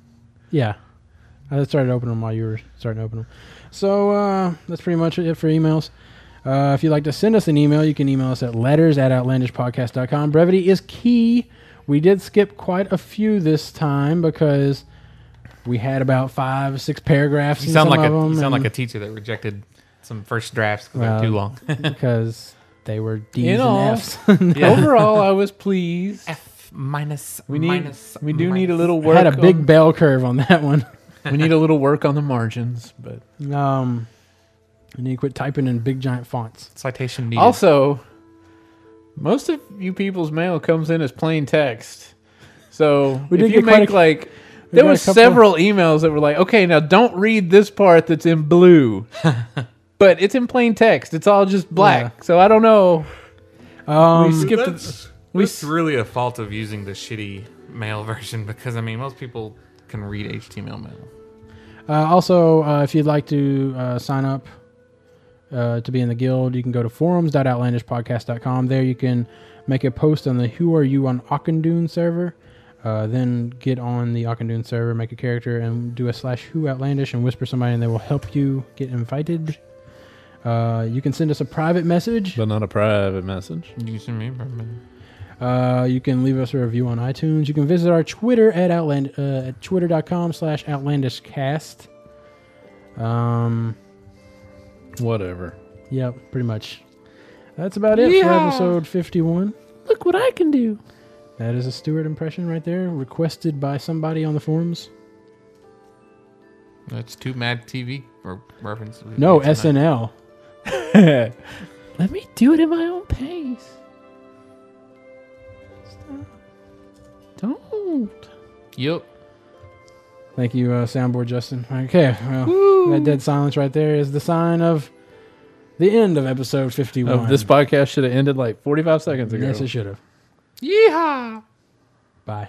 S2: Yeah, I started opening them while you were starting to open them. So uh, that's pretty much it for emails. Uh, if you'd like to send us an email, you can email us at letters at outlandishpodcast.com. Brevity is key. We did skip quite a few this time because we had about five, six paragraphs.
S6: You
S2: in
S6: sound
S2: some
S6: like a
S2: of them
S6: you sound
S2: and-
S6: like a teacher that rejected some first drafts because
S2: Well,
S6: they're too long.
S2: *laughs* because they were D's
S3: In
S2: and
S3: all.
S2: F's. *laughs*
S3: Overall, I was pleased.
S6: F minus.
S3: We need,
S6: minus,
S3: we do need a
S6: minus.
S3: little
S2: I
S3: work.
S2: had a big
S3: on-
S2: bell curve on that one. *laughs*
S3: we need a little work on the margins, but
S2: Um, I need to quit typing in big giant fonts.
S6: citation needed.
S3: also, most of you people's mail comes in as plain text. So we
S2: We did
S3: if you
S2: get quite
S3: make
S2: a-
S3: like. There
S2: got a
S3: was
S2: couple-
S3: several emails that were like, okay, now don't read this part that's in
S2: *laughs*
S3: blue, but it's in plain text. It's all just black. So I don't know.
S2: Um,
S3: we skipped.
S6: that's,
S3: we
S6: that's
S3: s-
S6: really a fault of using the shitty mail *laughs* version because I mean most people can read HTML mail.
S2: Uh, also, uh, if you'd like to uh, sign up uh, to be in the guild, you can go to forums.outlandishpodcast.com. There you can make a post on the Who Are You on Ockendune server. Uh, then get on the Ockendune server, make a character, and do a slash Who Outlandish and whisper somebody, and they will help you get invited. Uh, you can send us a private message.
S3: but not a private message.
S6: You can send me. a mail.
S2: Uh, you can leave us a review on iTunes. You can visit our Twitter at outland uh, at twitter.com slash outlandishcast. Um,
S3: Whatever.
S2: Yep, pretty much. That's about it for episode 51.
S3: Look what I can do.
S2: That is a Stewart impression right there, requested by somebody on the forums.
S6: That's too mad TV or reference.
S2: No,
S6: It's not-
S2: SNL.
S3: Let me do it at my own pace. Don't.
S6: Yup.
S2: Thank you, uh, soundboard Justin. Okay, well, that dead silence right there is the sign of the end of episode 51.
S3: Oh, this podcast should have ended like 45 seconds ago.
S2: yes, it should have.
S6: Yeehaw.
S2: Bye.